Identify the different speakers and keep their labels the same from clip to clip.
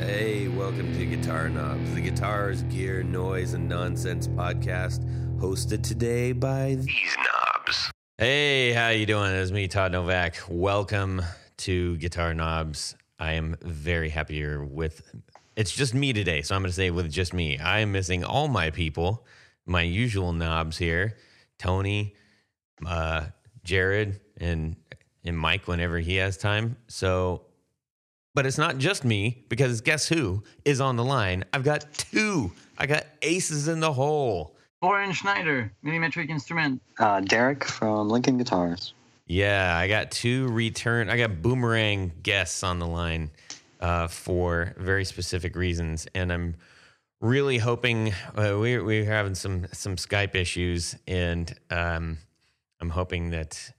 Speaker 1: Hey, welcome to Guitar Knobs, the guitars, gear, noise, and nonsense podcast, hosted today by these knobs. Hey, how you doing? It's me, Todd Novak. Welcome to Guitar Knobs. I am very happy you're with. It's just me today, so I'm going to say with just me. I am missing all my people, my usual knobs here, Tony, uh, Jared, and and Mike whenever he has time. So but it's not just me because guess who is on the line? I've got two. I got aces in the hole.
Speaker 2: Warren Schneider, Minimetric Instrument.
Speaker 3: Uh, Derek from Lincoln Guitars.
Speaker 1: Yeah, I got two return. I got boomerang guests on the line uh, for very specific reasons, and I'm really hoping uh, we we're having some some Skype issues, and um, I'm hoping that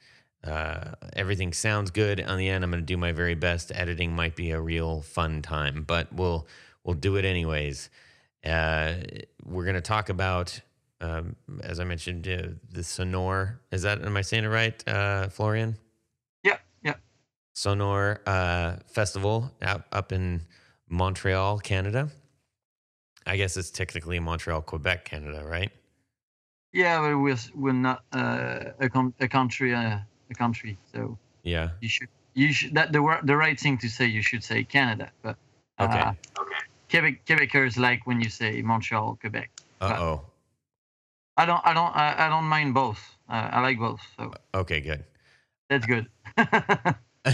Speaker 1: uh, everything sounds good on the end. I'm going to do my very best. Editing might be a real fun time, but we'll we'll do it anyways. Uh, we're going to talk about, um, as I mentioned, uh, the Sonor. Is that am I saying it right, uh, Florian?
Speaker 2: Yep, yep.
Speaker 1: Sonor uh, Festival out up in Montreal, Canada. I guess it's technically Montreal, Quebec, Canada, right?
Speaker 2: Yeah, but we're, we're not uh, a, com- a country. Uh, a country. So
Speaker 1: Yeah.
Speaker 2: you should you should that the wor- the right thing to say you should say Canada, but uh,
Speaker 1: Okay.
Speaker 2: Quebec Quebecers like when you say Montreal, Quebec.
Speaker 1: Uh oh.
Speaker 2: I don't I don't I, I don't mind both. Uh, I like both, so
Speaker 1: Okay. Good.
Speaker 2: that's good.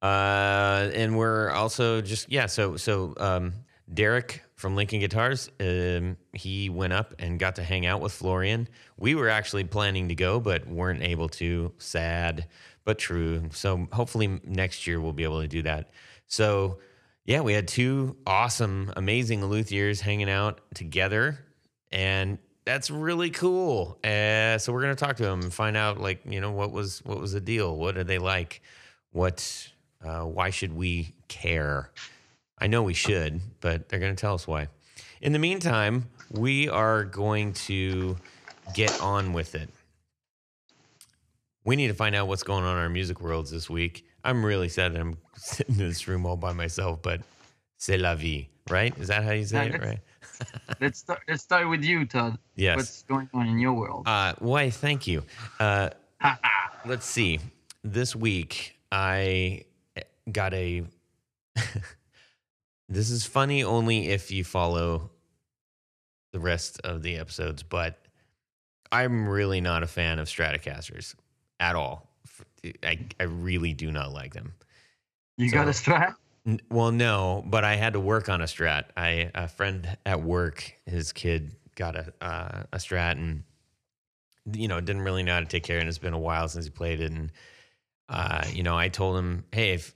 Speaker 1: uh, and we're also just yeah. So so um, Derek from Lincoln Guitars, um, he went up and got to hang out with Florian. We were actually planning to go, but weren't able to. Sad, but true. So hopefully next year we'll be able to do that. So yeah, we had two awesome, amazing luthiers hanging out together, and that's really cool. Uh, so we're gonna talk to them and find out, like, you know, what was what was the deal? What are they like? What? Uh, why should we care? I know we should, but they're gonna tell us why. In the meantime, we are going to get on with it. We need to find out what's going on in our music worlds this week. I'm really sad that I'm sitting in this room all by myself, but c'est la vie, right? Is that how you say
Speaker 2: Yeah,
Speaker 1: it,
Speaker 2: that's-
Speaker 1: right?
Speaker 2: let's start let's start with you, Todd.
Speaker 1: Yes.
Speaker 2: What's going on in your world?
Speaker 1: Uh, why, thank you. Uh, let's see. This week, I got a. this is funny only if you follow the rest of the episodes, but I'm really not a fan of Stratocasters at all. I, I really do not like them.
Speaker 2: you
Speaker 1: so-
Speaker 2: got a strap?
Speaker 1: N- Well, no, but I had to work on a strat. I a friend at work, his kid got a uh, a strat, and you know didn't really know how to take care. of it, And it's been a while since he played it. And uh, you know, I told him, hey, if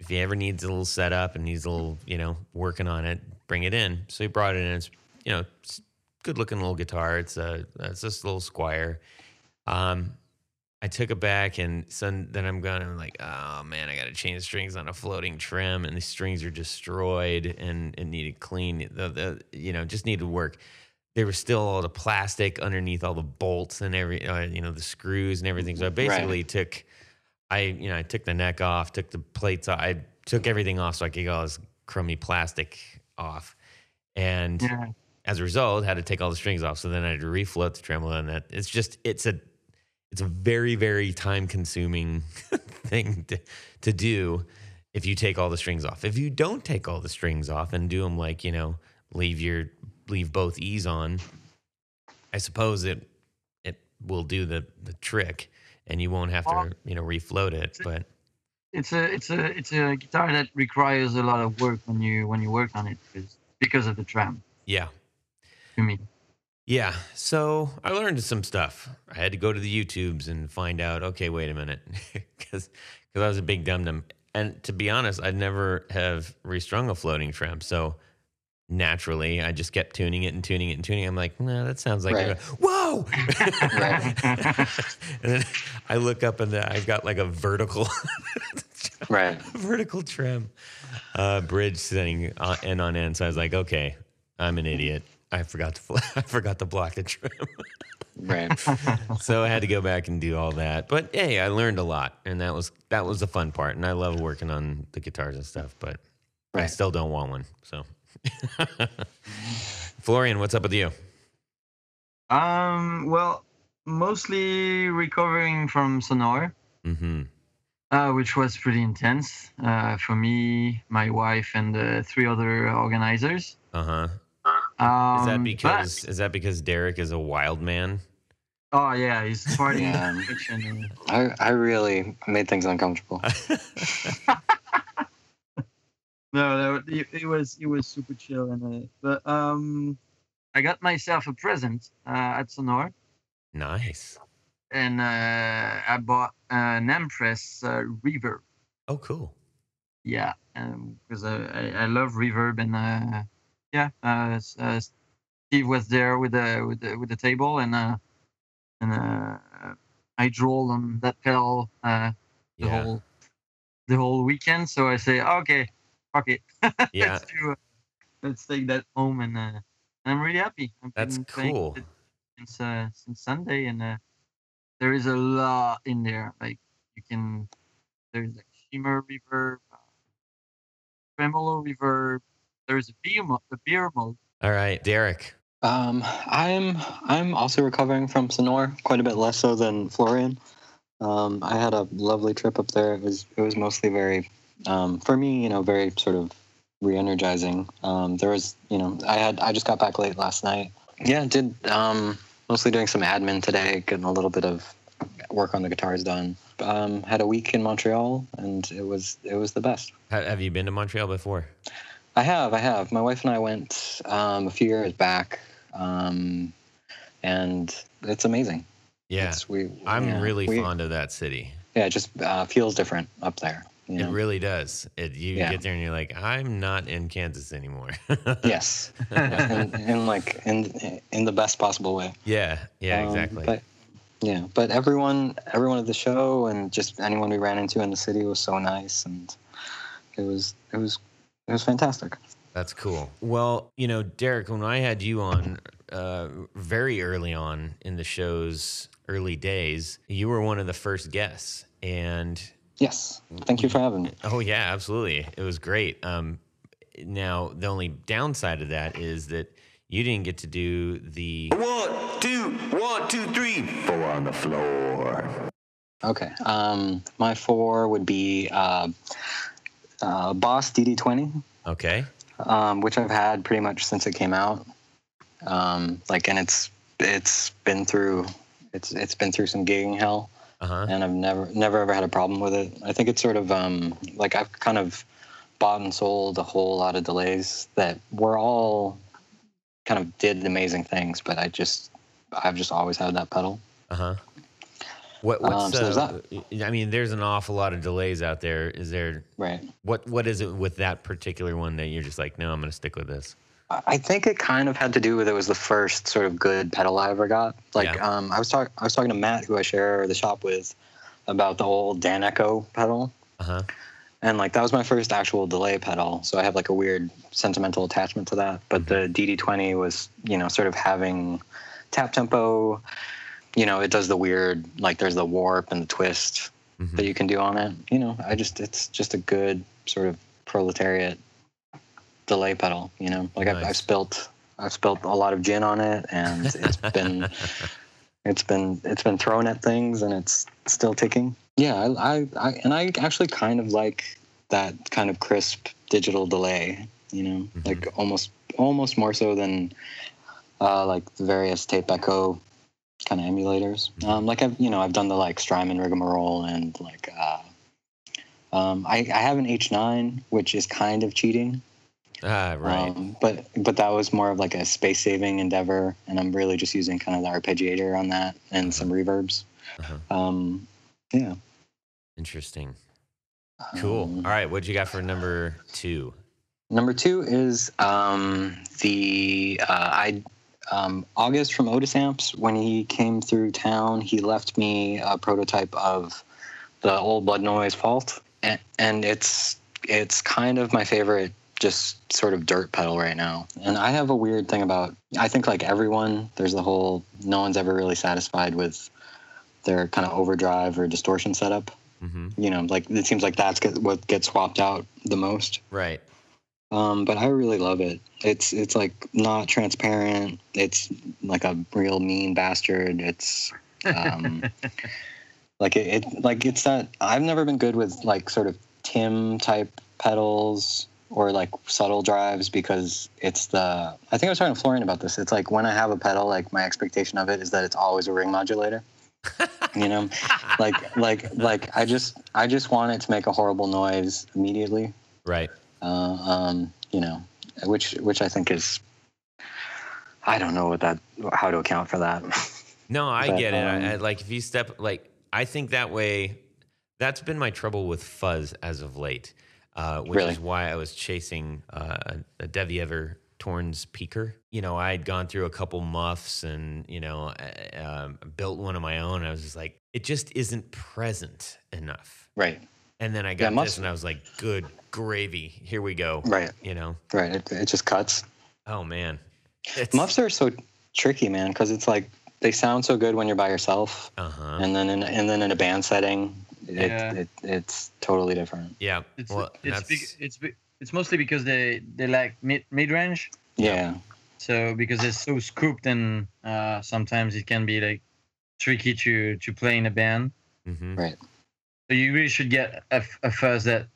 Speaker 1: if he ever needs a little setup and needs a little, you know, working on it, bring it in. So he brought it in. It's you know, it's good looking little guitar. It's a it's this little Squire. Um, I took it back, and so then I'm going. I'm like, oh man, I got to change strings on a floating trim, and these strings are destroyed, and it needed clean. The, the you know just needed work. There was still all the plastic underneath all the bolts and every uh, you know the screws and everything. So I basically took, I you know I took the neck off, took the plates off, I took everything off so I could get all this crummy plastic off, and
Speaker 2: Yeah.
Speaker 1: as a result, had to take all the strings off. So then I had to refloat the tremolo, and that it's just it's a it's a very very time consuming thing to, to do if you take all the strings off. If you don't take all the strings off and do them like you know leave your leave both E's on, I suppose it it will do the the trick, and you won't have
Speaker 2: Well,
Speaker 1: to you know refloat it. But
Speaker 2: It's a it's a it's a guitar that requires a lot of work when you when you work on it because because of the tram
Speaker 1: yeah,
Speaker 2: to me.
Speaker 1: Yeah. So I learned some stuff. I had to go to the YouTubes and find out, okay, wait a minute, because I was a big dum dum. And to be honest, I'd never have restrung a floating trim. So naturally, I just kept tuning it and tuning it and tuning. it. I'm like, no, that sounds like,
Speaker 3: Right.
Speaker 1: whoa.
Speaker 2: Right.
Speaker 1: and then I look up and uh, I've got like a vertical
Speaker 3: Right.
Speaker 1: vertical trim uh, bridge sitting on, end on end. So I was like, okay, I'm an idiot. I forgot to fl- I forgot to block the trim.
Speaker 3: Right.
Speaker 1: so I had to go back and do all that. But hey, I learned a lot, and that was that was the fun part. And I love working on the guitars and stuff. But I
Speaker 3: Right.
Speaker 1: still don't want one. So, Florian, what's up with you?
Speaker 2: Um, well, mostly recovering from Sonora,
Speaker 1: Mm-hmm.
Speaker 2: uh, which was pretty intense uh, for me, my wife, and uh, three other organizers.
Speaker 1: Uh huh.
Speaker 2: Um,
Speaker 1: Is that
Speaker 2: but-
Speaker 1: because is that because Derek is a wild man?
Speaker 2: oh yeah, he's partying in the
Speaker 3: Yeah.
Speaker 2: kitchen. and-
Speaker 3: I, I really made things uncomfortable.
Speaker 2: No, that, wa- it, it was it was super chill, and uh, but um, I got myself a present uh, at Sonora.
Speaker 1: nice.
Speaker 2: and uh, I bought an Empress uh, Reverb.
Speaker 1: Oh, cool.
Speaker 2: Yeah, because uh, I, I love Reverb, and uh, yeah, uh, s- uh, Steve was there with the with the, with the table, and uh, and uh, I drooled on that pedal uh, the
Speaker 1: Yeah.
Speaker 2: whole the whole weekend. So I say, okay, fuck it,
Speaker 1: yeah.
Speaker 2: let's do, uh, let's take that home, and uh, I'm really happy. I've
Speaker 1: That's
Speaker 2: been playing
Speaker 1: cool.
Speaker 2: it since uh, since Sunday, and uh, there is a lot in there. Like you can, there's like shimmer reverb, uh, tremolo reverb. There's a beer mode, the beer mode.
Speaker 1: All right, Derek.
Speaker 3: Um, I'm I'm also recovering from Sonora, quite a bit less so than Florian. Um, I had a lovely trip up there. It was it was mostly very, um, for me, you know, very sort of re-energizing. Um, there was, you know, I had I just got back late last night. Yeah, did um, mostly doing some admin today, getting a little bit of work on the guitars done. Um, had a week in Montreal, and it was it was the best.
Speaker 1: ha- Have you been to Montreal before?
Speaker 3: I have, I have. My wife and I went um, a few years back, um, and it's amazing.
Speaker 1: Yeah.
Speaker 3: It's- we,
Speaker 1: I'm
Speaker 3: yeah,
Speaker 1: really
Speaker 3: we-
Speaker 1: fond of that city.
Speaker 3: Yeah, it just uh, feels different up there. You know?
Speaker 1: It really does. It, you
Speaker 3: Yeah.
Speaker 1: get there and you're like, I'm not in Kansas anymore.
Speaker 3: yes, in, in like in in the best possible way.
Speaker 1: yeah. Yeah.
Speaker 3: Um,
Speaker 1: Exactly.
Speaker 3: But yeah, but everyone, everyone at the show, and just anyone we ran into in the city was so nice, and it was it was it was fantastic.
Speaker 1: That's cool. Well, you know, Derek, when I had you on uh, very early on in the show's early days, you were one of the first guests. And
Speaker 3: Yes, thank you for having me.
Speaker 1: oh, yeah, absolutely. It was great. Um, now, the only downside of that is that you didn't get to do the.
Speaker 4: One, two, one, two, three, four on the floor.
Speaker 3: Okay. Um, my four would be uh, uh, Boss DD20,
Speaker 1: Okay.
Speaker 3: um, which I've had pretty much since it came out. Um, like, and it's it's been through it's it's been through some gigging hell,
Speaker 1: Uh huh.
Speaker 3: and I've never never ever had a problem with it. I think it's sort of um, like I've kind of bought and sold a whole lot of delays that were all kind of did amazing things, but I just I've just always had that pedal.
Speaker 1: Uh huh. What,
Speaker 3: Um,
Speaker 1: what's
Speaker 3: so there's
Speaker 1: uh, I mean, there's an awful lot of delays out there. Is there
Speaker 3: Right.
Speaker 1: what what is it with that particular one that you're just like, no, I'm going to stick with this?
Speaker 3: I think it kind of had to do with it was the first sort of good pedal I ever got. Like
Speaker 1: Yeah.
Speaker 3: um, I was talking, I was talking to Matt, who I share the shop with, about the old Dan Echo pedal,
Speaker 1: Uh huh.
Speaker 3: and like that was my first actual delay pedal. So I have like a weird sentimental attachment to that. But the DD20 was, you know, sort of having tap tempo. You know, it does the weird like there's the warp and the twist
Speaker 1: Mhm.
Speaker 3: that you can do on it. You know, I just it's just a good sort of proletariat delay pedal. You know, like I've, I've
Speaker 1: Nice.
Speaker 3: spilt I've spilt a lot of gin on it, and it's been it's been it's been thrown at things, and it's still ticking. Yeah, I, I, I and I actually kind of like that kind of crisp digital delay. You know,
Speaker 1: Mhm.
Speaker 3: like almost almost more so than uh, like the various tape echo kind of emulators. Um, like I've you know I've done the like Strymon rigmarole and like uh, um, I I have an H nine which is kind of cheating,
Speaker 1: Ah, right.
Speaker 3: um, but but that was more of like a space saving endeavor, and I'm really just using kind of the arpeggiator on that and some reverbs.
Speaker 1: Uh-huh.
Speaker 3: Um, yeah.
Speaker 1: Interesting. Cool.
Speaker 3: Um,
Speaker 1: All right. What you got for number two?
Speaker 3: Number two is um, the uh, I um, August from Otis Amps. When he came through town, he left me a prototype of the old Blood Noise Fault, and, and it's it's kind of my favorite, just sort of dirt pedal right now. And I have a weird thing about I think like everyone, there's the whole no one's ever really satisfied with their kind of overdrive or distortion setup.
Speaker 1: hmm
Speaker 3: You know, like it seems like that's get, what gets swapped out the most
Speaker 1: Right.
Speaker 3: Um, but I really love it. It's it's like not transparent. It's like a real mean bastard. It's um, like it, it like it's that I've never been good with like sort of Tim type pedals or like subtle drives because it's the I think I was talking to Florian about this. It's like when I have a pedal, like my expectation of it is that it's always a ring modulator. you know, like like like I just I just want it to make a horrible noise immediately.
Speaker 1: Right.
Speaker 3: Uh, um, you know, which which I think is I don't know what that how to account for that.
Speaker 1: No, I
Speaker 3: But,
Speaker 1: get it.
Speaker 3: um,
Speaker 1: I, I, like if you step, like I think that way. That's been my trouble with fuzz as of late, uh, which
Speaker 3: Really?
Speaker 1: is why I was chasing uh, a, a Devi Ever Torn's Peaker. You know, I had gone through a couple muffs and you know uh, um, built one of my own. I was just like, it just isn't present enough.
Speaker 3: right.
Speaker 1: And then I got
Speaker 3: muffs-
Speaker 1: this, and I was like, good gravy, here we go.
Speaker 3: Right.
Speaker 1: You know,
Speaker 3: Right. It, it just cuts.
Speaker 1: oh man, it's,
Speaker 3: Muffs are so tricky, man, because it's like they sound so good when you're by yourself,
Speaker 1: Uh huh.
Speaker 3: and then in, and then in a band setting, it,
Speaker 2: Uh-huh. Yeah.
Speaker 3: it, it's totally different.
Speaker 1: Yeah.
Speaker 2: It's
Speaker 1: well,
Speaker 2: it's,
Speaker 1: that's,
Speaker 2: big, it's be- it's mostly because they they lack mid mid range.
Speaker 3: Yeah.
Speaker 2: So because it's so scooped and uh, sometimes it can be like tricky to to play in a band.
Speaker 1: mhm.
Speaker 2: So you really should get a, a fuzz that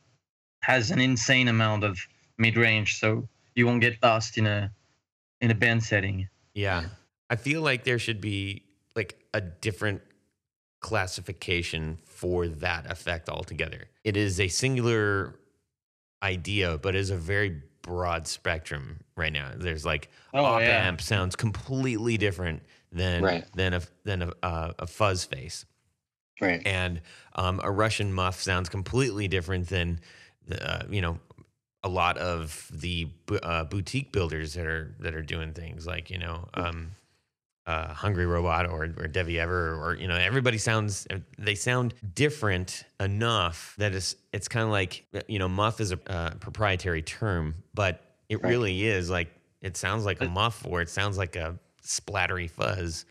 Speaker 2: has an insane amount of mid range, so you won't get lost in a in a band setting.
Speaker 1: Yeah. I feel like there should be like a different classification for that effect altogether. It is a singular idea, but is a very broad spectrum right now. There's like
Speaker 2: Oh,
Speaker 1: op amp sounds completely different than
Speaker 3: Right.
Speaker 1: than a than a, uh, a fuzz face.
Speaker 3: Right.
Speaker 1: and um, a Russian muff sounds completely different than the, uh, you know a lot of the bu- uh, boutique builders that are that are doing things like you know um, uh, Hungry Robot or or Devi Ever or you know everybody sounds uh, they sound different enough that it's it's kind of like uh, you know muff is a uh, proprietary term, but it
Speaker 3: Right.
Speaker 1: really is like it sounds like a muff or it sounds like a splattery fuzz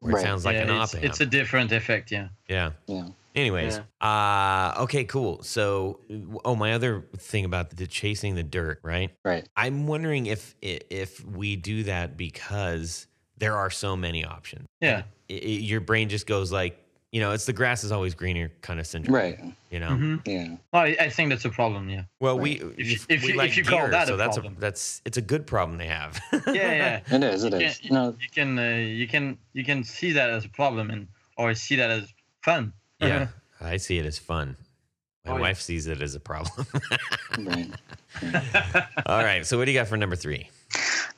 Speaker 1: or it
Speaker 3: Right.
Speaker 1: sounds like
Speaker 2: Yeah,
Speaker 1: an
Speaker 2: it's,
Speaker 1: op amp.
Speaker 2: it's a different effect, yeah.
Speaker 1: yeah.
Speaker 3: Yeah.
Speaker 1: Anyways, uh, okay, cool. So, oh, my other thing about the chasing the dirt, right?
Speaker 3: Right.
Speaker 1: I'm wondering if if we do that because there are so many options.
Speaker 2: Yeah.
Speaker 1: I i your brain just goes like, you know, it's the grass is always greener kind of syndrome.
Speaker 3: Right.
Speaker 1: You know.
Speaker 2: hmm
Speaker 3: Yeah.
Speaker 2: Well, I, I think that's a problem, yeah.
Speaker 1: Well,
Speaker 3: Right.
Speaker 1: we
Speaker 2: If you- if
Speaker 1: we
Speaker 2: you-
Speaker 1: like
Speaker 2: if you call
Speaker 1: gear,
Speaker 2: that a
Speaker 1: so that's
Speaker 2: problem.
Speaker 1: a that's it's a good problem they have.
Speaker 2: Yeah, yeah.
Speaker 3: It is. It
Speaker 2: Yeah,
Speaker 3: is. No.
Speaker 2: you can uh, you can you can see that as a problem and or see that as fun.
Speaker 1: yeah. I see it as fun. My
Speaker 2: Uh-huh. Oh, yeah.
Speaker 1: wife sees it as a problem.
Speaker 3: Right.
Speaker 1: All right. So what do you got for number three?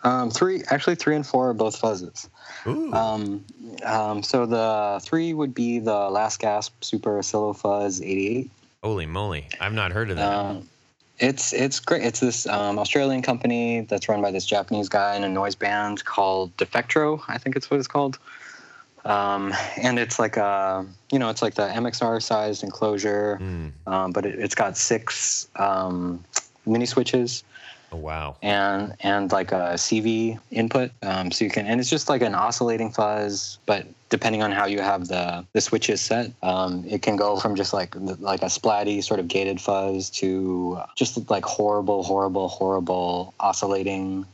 Speaker 3: Um, three. Actually, three and four are both fuzzes.
Speaker 1: Ooh.
Speaker 3: Um, um, so the three would be the Last Gasp Super Silo Fuzz 88.
Speaker 1: Holy moly! I've not heard of that.
Speaker 3: Um, it's it's great. It's this um, Australian company that's run by this Japanese guy in a noise band called Defectro. I think it's what it's called. Um, and it's like a you know it's like the MXR sized enclosure,
Speaker 1: Mm.
Speaker 3: um, but it, it's got six um, mini switches
Speaker 1: Oh wow.
Speaker 3: and and like a CV input. Um, so you can and it's just like an oscillating fuzz, but depending on how you have the the switches set, um, it can go from just like like a splatty sort of gated fuzz to just like horrible, horrible, horrible oscillating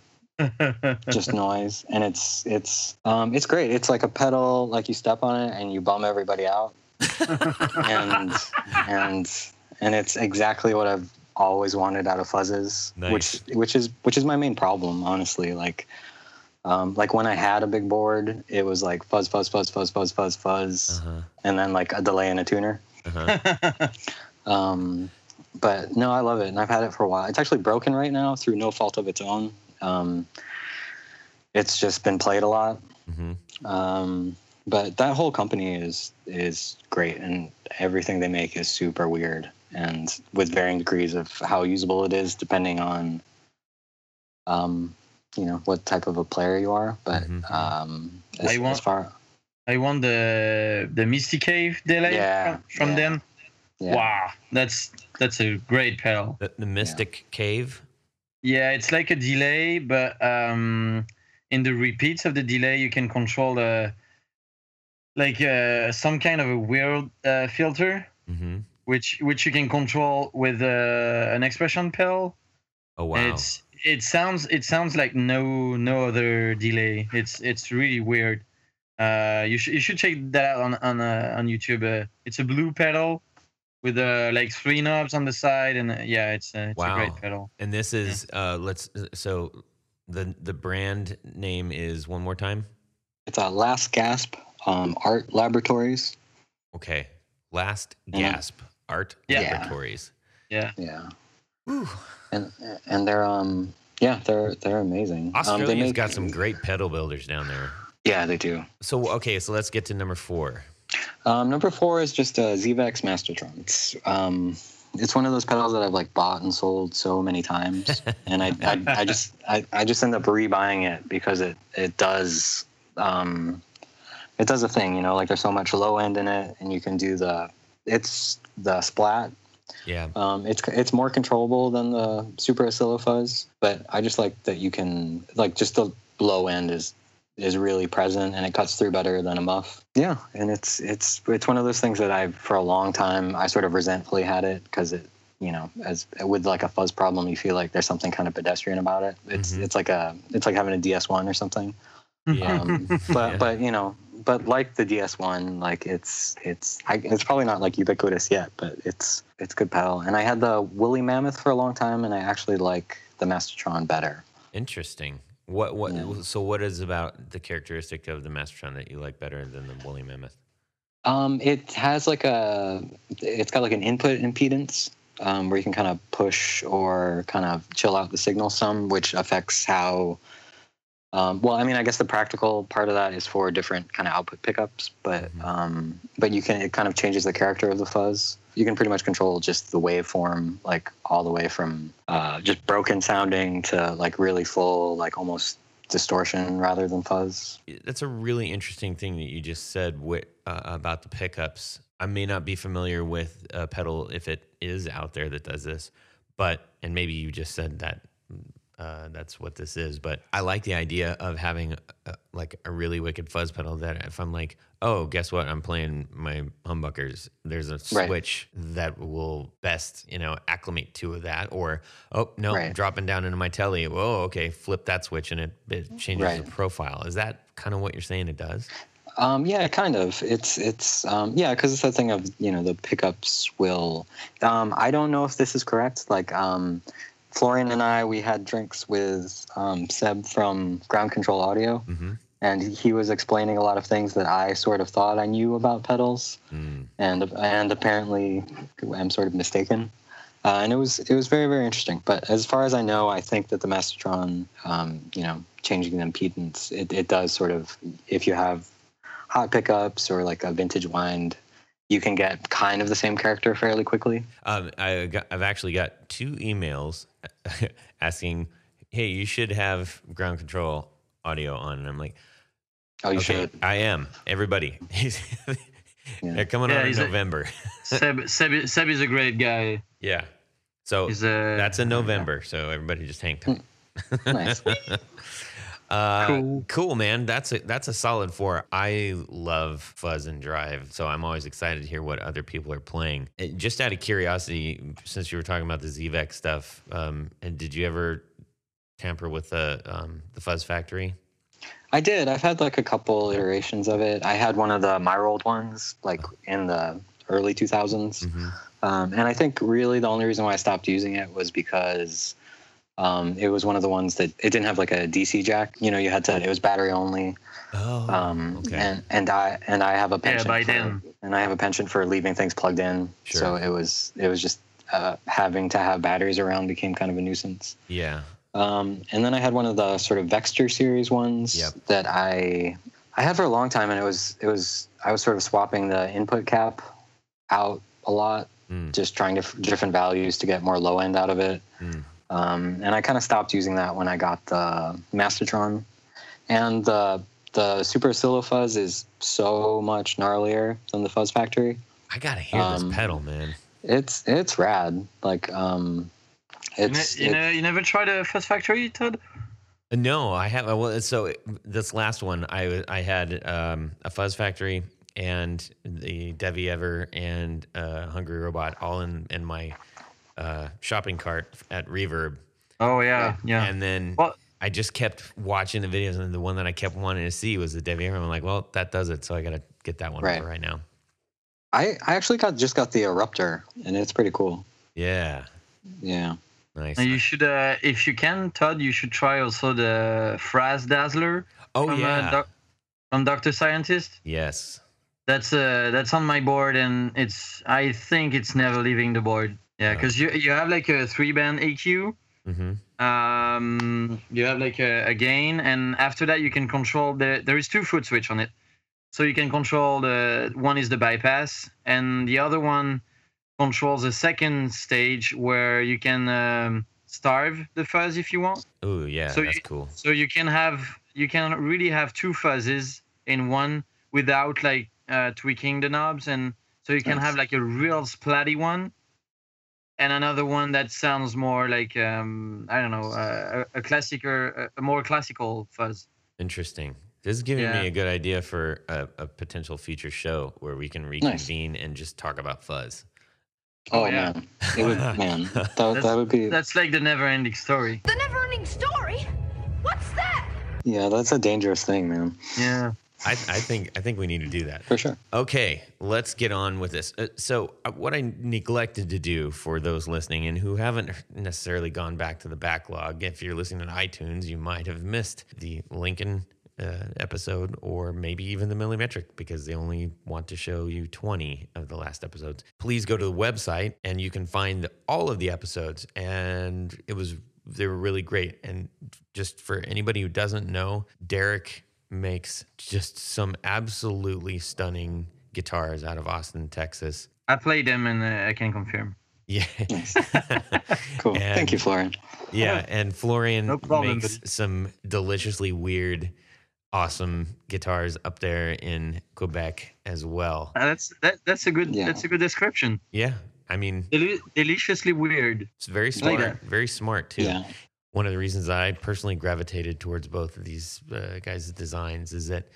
Speaker 3: just noise. And it's it's um, it's great. It's like a pedal, like you step on it and you bum everybody out. and and and it's exactly what I've always wanted out of fuzzes,
Speaker 1: Nice.
Speaker 3: which which is which is my main problem, honestly. Like, um, like when I had a big board, it was like fuzz, fuzz, fuzz, fuzz, fuzz, fuzz, fuzz,
Speaker 1: Uh-huh.
Speaker 3: and then like a delay and a tuner.
Speaker 1: Uh-huh.
Speaker 3: Um, but no, I love it, and I've had it for a while. It's actually broken right now through no fault of its own. Um, it's just been played a lot,
Speaker 1: hmm
Speaker 3: um, but that whole company is is great, and everything they make is super weird, and with varying degrees of how usable it is, depending on, um, you know, what type of a player you are. But
Speaker 1: Mhm.
Speaker 3: um,
Speaker 2: I
Speaker 3: as,
Speaker 2: want-
Speaker 3: as far,
Speaker 2: I want the the Misty Cave delay
Speaker 3: Yeah,
Speaker 2: from, from
Speaker 3: yeah.
Speaker 2: them.
Speaker 3: yeah,
Speaker 2: Wow, that's that's a great pedal.
Speaker 1: The, the Mystic Cave.
Speaker 2: Yeah, it's like a delay, but um, in the repeats of the delay, you can control the like uh, some kind of a weird uh, filter,
Speaker 1: Mm-hmm.
Speaker 2: which which you can control with uh, an expression pedal,
Speaker 1: Oh wow.
Speaker 2: It's it sounds it sounds like no no other delay. It's it's really weird. Uh, you should you should check that out on on uh, on YouTube. Uh, it's a blue pedal with uh, like three knobs on the side, and uh, yeah, it's, uh, it's a
Speaker 1: Wow.
Speaker 2: great pedal.
Speaker 1: and this is uh let's so the the brand name is one more time.
Speaker 3: It's a Last Gasp um, Art Laboratories.
Speaker 1: Okay. Last
Speaker 3: Mhm.
Speaker 1: gasp art
Speaker 2: Yeah.
Speaker 1: laboratories. Um,
Speaker 2: Yeah,
Speaker 3: Yeah,
Speaker 1: Whew.
Speaker 3: and and they're um yeah they're they're amazing. Um,
Speaker 1: Australia's
Speaker 3: they make-
Speaker 1: got some great pedal builders down there.
Speaker 3: Yeah, they do.
Speaker 1: So okay, so let's get to number four.
Speaker 3: Um, number four is just a ZVEX Mastertron. It's um, it's one of those pedals that I've like bought and sold so many times, and I I, I just I, I just end up rebuying it because it it does um, it does a thing, you know. Like there's so much low end in it, and you can do the it's the splat.
Speaker 1: Yeah.
Speaker 3: Um, it's it's more controllable than the Super Oscilla Fuzz, but I just like that you can like just the low end is is really present and it cuts through better than a muff. Yeah, and it's it's it's one of those things that I've for a long time I sort of resentfully had it because it you know as with like a fuzz problem you feel like there's something kind of pedestrian about it. It's
Speaker 1: Mhm.
Speaker 3: it's like a it's like having a DS1 or something.
Speaker 1: Yeah.
Speaker 3: Um, but
Speaker 1: Yeah.
Speaker 3: but you know but like the DS1 like it's it's I, it's probably not like ubiquitous yet but it's it's good pedal and I had the woolly mammoth for a long time and I actually like the Mastertron better.
Speaker 1: Interesting. What what
Speaker 3: Yeah.
Speaker 1: so what is about the characteristic of the Mastertron that you like better than the woolly mammoth?
Speaker 3: Um, it has like a it's got like an input impedance um, where you can kind of push or kind of chill out the signal some which affects how um, well I mean I guess the practical part of that is for different kind of output pickups but
Speaker 1: Mhm.
Speaker 3: um, but you can it kind of changes the character of the fuzz you can pretty much control just the waveform like all the way from uh, just broken sounding to like really full like almost distortion rather than fuzz
Speaker 1: That's a really interesting thing that you just said wi- uh, about the pickups. I may not be familiar with a pedal if it is out there that does this, but and maybe you just said that uh, that's what this is. But I like the idea of having uh like a really wicked fuzz pedal that if I'm like, oh, guess what, I'm playing my humbuckers. There's a
Speaker 3: Right.
Speaker 1: switch that will best you know acclimate to that, or oh no,
Speaker 3: Right.
Speaker 1: dropping down into my telly. Whoa, okay, flip that switch and it, it changes the
Speaker 3: Right.
Speaker 1: profile. Is that kind of what you're saying it does?
Speaker 3: Um, yeah, kind of. It's it's um, yeah, because it's that thing of you know the pickups will. Um, I don't know if this is correct. Like um, Florian and I, we had drinks with um, Seb from Ground Control Audio,
Speaker 1: Mm-hmm.
Speaker 3: and he was explaining a lot of things that I sort of thought I knew about pedals,
Speaker 1: Mm.
Speaker 3: and and apparently I'm sort of mistaken. Uh, and it was it was very very interesting. But as far as I know, I think that the Mastertron, um, you know, changing the impedance, it, it does sort of if you have hot pickups or like a vintage wind, you can get kind of the same character fairly quickly.
Speaker 1: Um, I got, I've actually got two emails asking, "Hey, you should have ground control audio on," and I'm like,
Speaker 3: Oh, you
Speaker 1: "Okay,
Speaker 3: should.
Speaker 1: I am." Everybody, they're coming
Speaker 2: Yeah,
Speaker 1: on in
Speaker 2: he's a-
Speaker 1: November.
Speaker 2: Seb, Seb, Seb is a great guy.
Speaker 1: yeah, so
Speaker 2: He's uh, a
Speaker 1: Oh, that's in November. So everybody, just hang tight.
Speaker 3: Nice.
Speaker 1: Uh, cool.
Speaker 2: Cool.
Speaker 1: man. That's a that's a solid four. I love fuzz and drive, so I'm always excited to hear what other people are playing. And just out of curiosity, since you were talking about the Zvex stuff, um, and did you ever tamper with the um, the Fuzz Factory?
Speaker 3: I did. I've had like a couple iterations of it. I had one of the my old ones, like in the early two thousands. Um, and I think really the only reason why I stopped using it was because um, it was one of the ones that it didn't have like a DC jack. You know, you had to. It was battery only.
Speaker 1: Oh,
Speaker 3: Um,
Speaker 1: okay.
Speaker 3: And and I and I have a penchant.
Speaker 2: by
Speaker 3: for-
Speaker 2: then.
Speaker 3: And I have a penchant for leaving things plugged in.
Speaker 1: Sure.
Speaker 3: So it was it was just uh, having to have batteries around became kind of a nuisance.
Speaker 1: yeah.
Speaker 3: Um, and then I had one of the sort of Vexter series ones
Speaker 1: Yep.
Speaker 3: that I I had for a long time, and it was it was I was sort of swapping the input cap out a lot,
Speaker 1: Mm.
Speaker 3: just trying to different values to get more low end out of it.
Speaker 1: Mm.
Speaker 3: Um, and I kind of stopped using that when I got the Mastertron, and the the Super Silo Fuzz is so much gnarlier than the Fuzz Factory
Speaker 1: I gotta hear
Speaker 3: um,
Speaker 1: this pedal, man.
Speaker 3: it's it's rad. Like um,
Speaker 2: You,
Speaker 3: it's
Speaker 2: ne- you,
Speaker 3: it-
Speaker 2: ne- you never tried a Fuzz Factory, Todd?
Speaker 1: No, I have. uh, Well, so it- this last one, I I had um, a Fuzz Factory and the Devi Ever and uh, Hungry Robot all in in my uh, shopping cart at Reverb,
Speaker 2: Oh yeah, yeah.
Speaker 1: And then
Speaker 2: Well-
Speaker 1: I just kept watching the videos, and the one that I kept wanting to see was the Debbie Harry. I'm like, well, that does it, so I gotta get that one
Speaker 3: Right.
Speaker 1: right, right now.
Speaker 3: I, I actually got just got the eruptor and it's pretty cool.
Speaker 1: Yeah,
Speaker 3: Yeah.
Speaker 1: nice.
Speaker 2: And you should, uh, if you can, Todd, you should try also the Fraz Dazzler
Speaker 1: oh
Speaker 2: from,
Speaker 1: yeah,
Speaker 2: uh, doc- from Doctor Scientist.
Speaker 1: yes.
Speaker 2: That's uh, that's on my board, and it's I think it's never leaving the board. Yeah,
Speaker 1: Yeah.
Speaker 2: because you you have like a three band AQ.
Speaker 1: hmm
Speaker 2: Um, you have like a, a gain, and after that you can control the. There is two foot switch on it, so you can control the one is the bypass, and the other one controls a second stage where you can um, starve the fuzz if you want.
Speaker 1: Oh yeah,
Speaker 2: So
Speaker 1: that's
Speaker 2: you-
Speaker 1: cool.
Speaker 2: So you can have you can really have two fuzzes in one without like uh, tweaking the knobs, and so you can
Speaker 3: Nice.
Speaker 2: have like a real splatty one, and another one that sounds more like um, I don't know uh, a, a classic or a, a more classical fuzz.
Speaker 1: Interesting. This is giving
Speaker 2: Yeah.
Speaker 1: me a good idea for a, a potential future show where we can reconvene and just talk about fuzz.
Speaker 3: Oh,
Speaker 2: Oh, yeah.
Speaker 3: man. It would man. That, that would be
Speaker 2: That's like the never-ending story.
Speaker 5: The never ending story? What's that?
Speaker 3: yeah, that's a dangerous thing, man.
Speaker 2: Yeah.
Speaker 1: I, I think I think we need to do that.
Speaker 3: For sure.
Speaker 1: Okay, let's get on with this. Uh, so, uh, what I neglected to do for those listening and who haven't necessarily gone back to the backlog, if you're listening on iTunes, you might have missed the Lincoln uh, episode or maybe even the Millimetric because they only want to show you 20 of the last episodes. Please go to the website and you can find all of the episodes. And it was, they were really great. And just for anybody who doesn't know, Derek makes just some absolutely stunning guitars out of Austin, Texas.
Speaker 2: I played them, and uh, I can confirm.
Speaker 1: Yeah.
Speaker 3: Nice. Cool. Thank you,
Speaker 1: And-
Speaker 3: Florian.
Speaker 1: Yeah, and Florian
Speaker 2: No problem,
Speaker 1: makes
Speaker 2: buddy.
Speaker 1: some deliciously weird, awesome guitars up there in Quebec as well.
Speaker 2: Uh, that's that, that's a good
Speaker 3: Yeah.
Speaker 2: that's a good description.
Speaker 1: Yeah, I mean,
Speaker 2: Deli- deliciously weird.
Speaker 1: it's very
Speaker 2: Like
Speaker 1: smart,
Speaker 2: that.
Speaker 1: very smart too.
Speaker 3: Yeah.
Speaker 1: One of the reasons that I personally gravitated towards both of these uh, guys' designs is that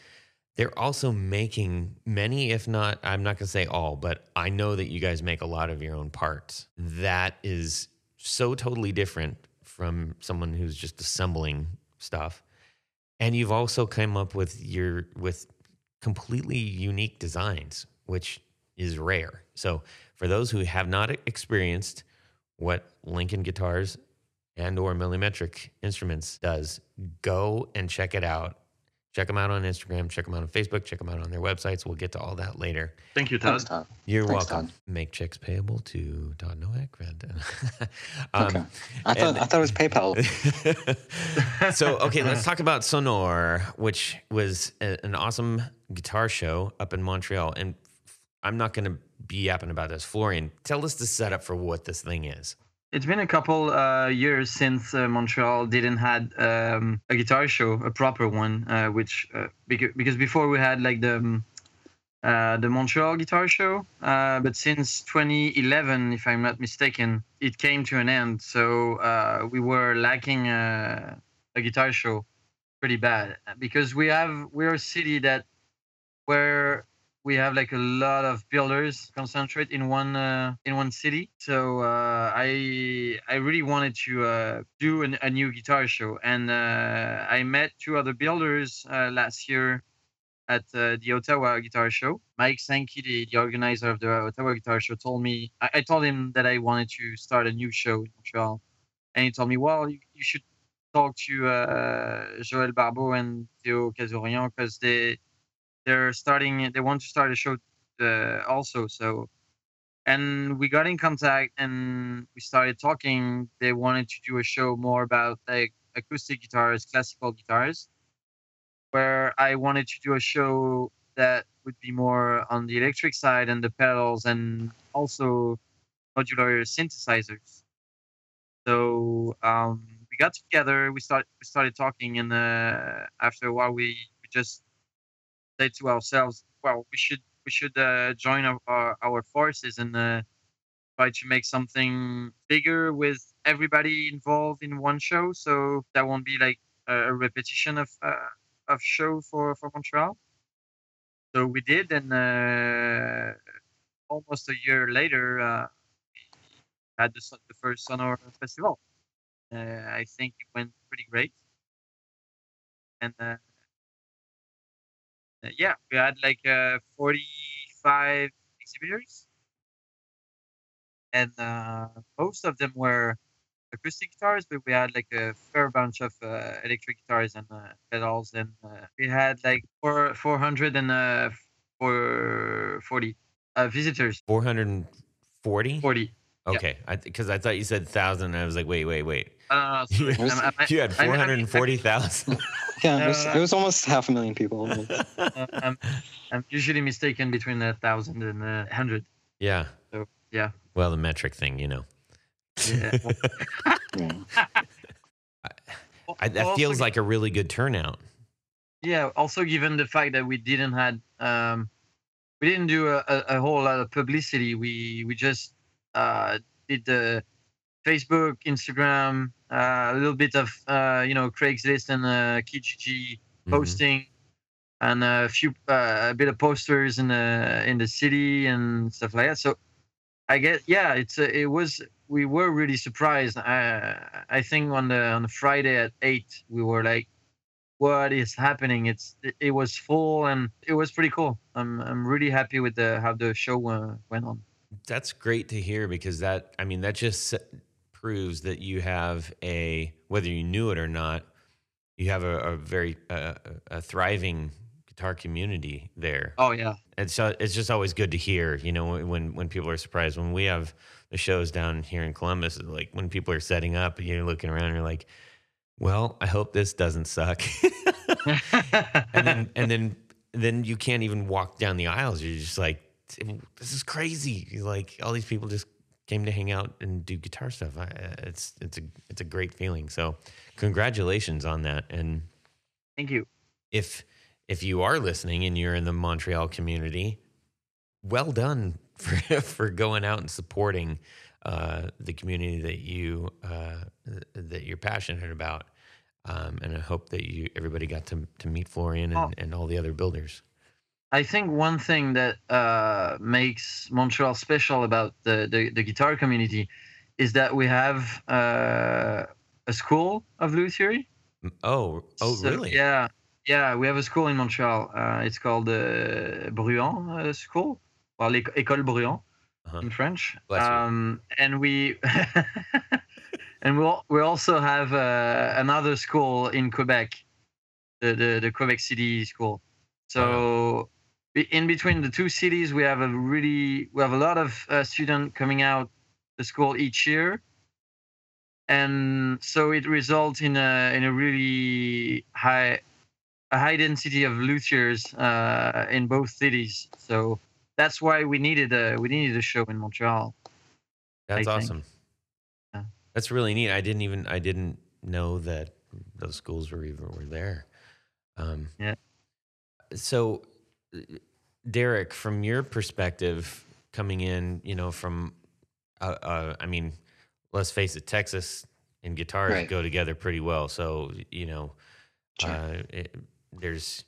Speaker 1: they're also making many, if not, I'm not going to say all, but I know that you guys make a lot of your own parts. That is so totally different from someone who's just assembling stuff. And you've also come up with your with completely unique designs, which is rare. So for those who have not experienced what Lincoln Guitars and or Millimetric Instruments does, go and check it out. Check them out on Instagram, check them out on Facebook, check them out on their websites. We'll get to all that later.
Speaker 2: Thank you,
Speaker 3: Thanks, Todd.
Speaker 1: You're
Speaker 3: Thanks,
Speaker 1: welcome.
Speaker 3: Todd.
Speaker 1: Make checks payable to Todd Nowak. um,
Speaker 3: Okay. I thought
Speaker 1: and-
Speaker 3: I thought it was PayPal.
Speaker 1: so okay, let's talk about Sonor, which was a- an awesome guitar show up in Montreal. And I'm not going to be yapping about this. Florian, tell us the setup for what this thing is.
Speaker 2: It's been a couple uh, years since uh, Montreal didn't had um, a guitar show, a proper one, uh, which uh, because, because before we had like the um, uh, the Montreal guitar show, uh, but since 2011, if I'm not mistaken, it came to an end. So uh, we were lacking uh, a guitar show pretty bad because we have we're a city that where we have like a lot of builders concentrate in one uh, in one city so uh, i i really wanted to uh, do an, a new guitar show and uh, i met two other builders uh, last year at uh, the ottawa guitar show mike sankey the, the organizer of the ottawa guitar show told me I, I told him that i wanted to start a new show in montreal and he told me well you, you should talk to uh, joel barbeau and theo casorian because they they're starting they want to start a show uh, also so and we got in contact and we started talking they wanted to do a show more about like acoustic guitars classical guitars where i wanted to do a show that would be more on the electric side and the pedals and also modular synthesizers so um, we got together we started we started talking and uh, after a while we, we just say to ourselves, well, we should we should uh, join our, our, our forces and uh, try to make something bigger with everybody involved in one show, so that won't be like a a repetition of uh, of show for for Montreal. So we did, and uh, almost a year later, uh, we had the, son- the first Sonor Festival. uh, I think it went pretty great. And uh, uh, yeah, we had like uh, 45 exhibitors, and uh, most of them were acoustic guitars, but we had like a fair bunch of uh, electric guitars and uh, pedals, and uh, we had like four, 400 and uh, four, 40 uh, visitors.
Speaker 1: 440?
Speaker 2: 40.
Speaker 1: Okay. Because I, thought you said 1,000, and I was like, wait, wait, wait.
Speaker 2: Uh, sorry,
Speaker 1: You-
Speaker 2: I'm- I'm-
Speaker 1: you had
Speaker 2: I'm- I'm- I'm-
Speaker 1: 440,000.
Speaker 3: Yeah, it was,
Speaker 2: Uh,
Speaker 3: it was almost half a million people.
Speaker 2: Uh, I'm, I'm usually mistaken between a thousand and a hundred.
Speaker 1: yeah.
Speaker 2: So, yeah.
Speaker 1: Well, the metric thing, you know.
Speaker 2: Yeah.
Speaker 3: Yeah.
Speaker 1: I, that
Speaker 2: Also
Speaker 1: feels like a really good turnout.
Speaker 2: yeah also given the fact that we didn't had um we didn't do a, a, a whole lot of publicity we we just uh did the facebook instagram uh, a little bit of uh you know craigslist and uh kijiji
Speaker 1: Mhm.
Speaker 2: posting and a few uh, a bit of posters in the in the city and stuff like that so i guess yeah it's a, it was we were really surprised i i think on the on the friday at eight we were like what is happening it's it, it was full and it was pretty cool i'm i'm really happy with the how the show uh, went on
Speaker 1: That's great to hear because that, I mean, that just s- proves that you have a, whether you knew it or not, you have a, a very uh, a thriving guitar community there.
Speaker 2: oh yeah
Speaker 1: It's uh, it's just always good to hear, you know, when when people are surprised. When we have the shows down here in Columbus, like when people are setting up, you're looking around, you're like, well, I hope this doesn't suck. and then and then then you can't even walk down the aisles. You're just like, this is crazy. You're like all these people just came to hang out and do guitar stuff. I, it's it's a it's a great feeling. So, congratulations on that. And
Speaker 2: thank you
Speaker 1: if if you are listening and you're in the Montreal community, well done for for going out and supporting uh, the community that you uh, that you're passionate about. Um, and I hope that you everybody got to to meet Florian and,
Speaker 2: Oh.
Speaker 1: and all the other builders.
Speaker 2: I think one thing that uh, makes Montreal special about the, the, the guitar community is that we have uh, a school of Louis theory.
Speaker 1: Mm, Oh, oh,
Speaker 2: So,
Speaker 1: really?
Speaker 2: Yeah, yeah. We have a school in Montreal. Uh, it's called uh, Bruant uh, School, well, l'éc- École Bruant
Speaker 1: Uh-huh.
Speaker 2: in French.
Speaker 1: Bless you.
Speaker 2: um, and we and we al- we also have uh, another school in Quebec, the the, the Quebec City school. So be- in between the two cities, we have a really we have a lot of uh, students coming out the school each year, and so it results in a in a really high a high density of luthiers uh, in both cities. So that's why we needed a we needed a show in Montreal.
Speaker 1: That's
Speaker 2: I think.
Speaker 1: awesome.
Speaker 2: Yeah.
Speaker 1: That's really neat. I didn't even I didn't know that those schools were even were there. Um,
Speaker 2: Yeah.
Speaker 1: So, uh, Derek, from your perspective, coming in, you know, from, uh, uh, I mean, let's face it, Texas and guitars
Speaker 3: Right.
Speaker 1: go together pretty well. So you know,
Speaker 3: Sure.
Speaker 1: uh, it, there's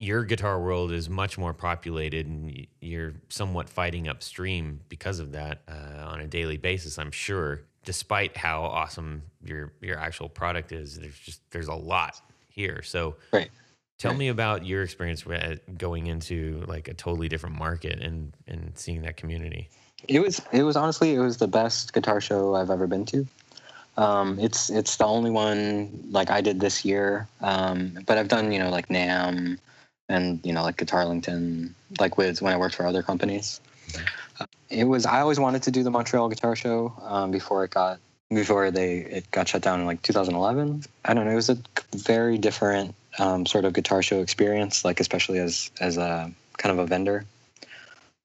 Speaker 1: your guitar world is much more populated and y- you're somewhat fighting upstream because of that uh, on a daily basis i'm sure despite how awesome your your actual product is there's just there's a lot here so
Speaker 3: Right.
Speaker 1: tell
Speaker 3: Right.
Speaker 1: me about your experience with- at going into like a totally different market and and seeing that community
Speaker 3: It was it was honestly it was the best guitar show I've ever been to. Um, it's it's the only one like I did this year, um, but I've done you know like Nam and you know like Guitarlington like with when I worked for other companies. Uh, It was I always wanted to do the Montreal Guitar Show um, before it got before they it got shut down in like 2011. I don't know. It was a very different um, sort of guitar show experience, like especially as as a kind of a vendor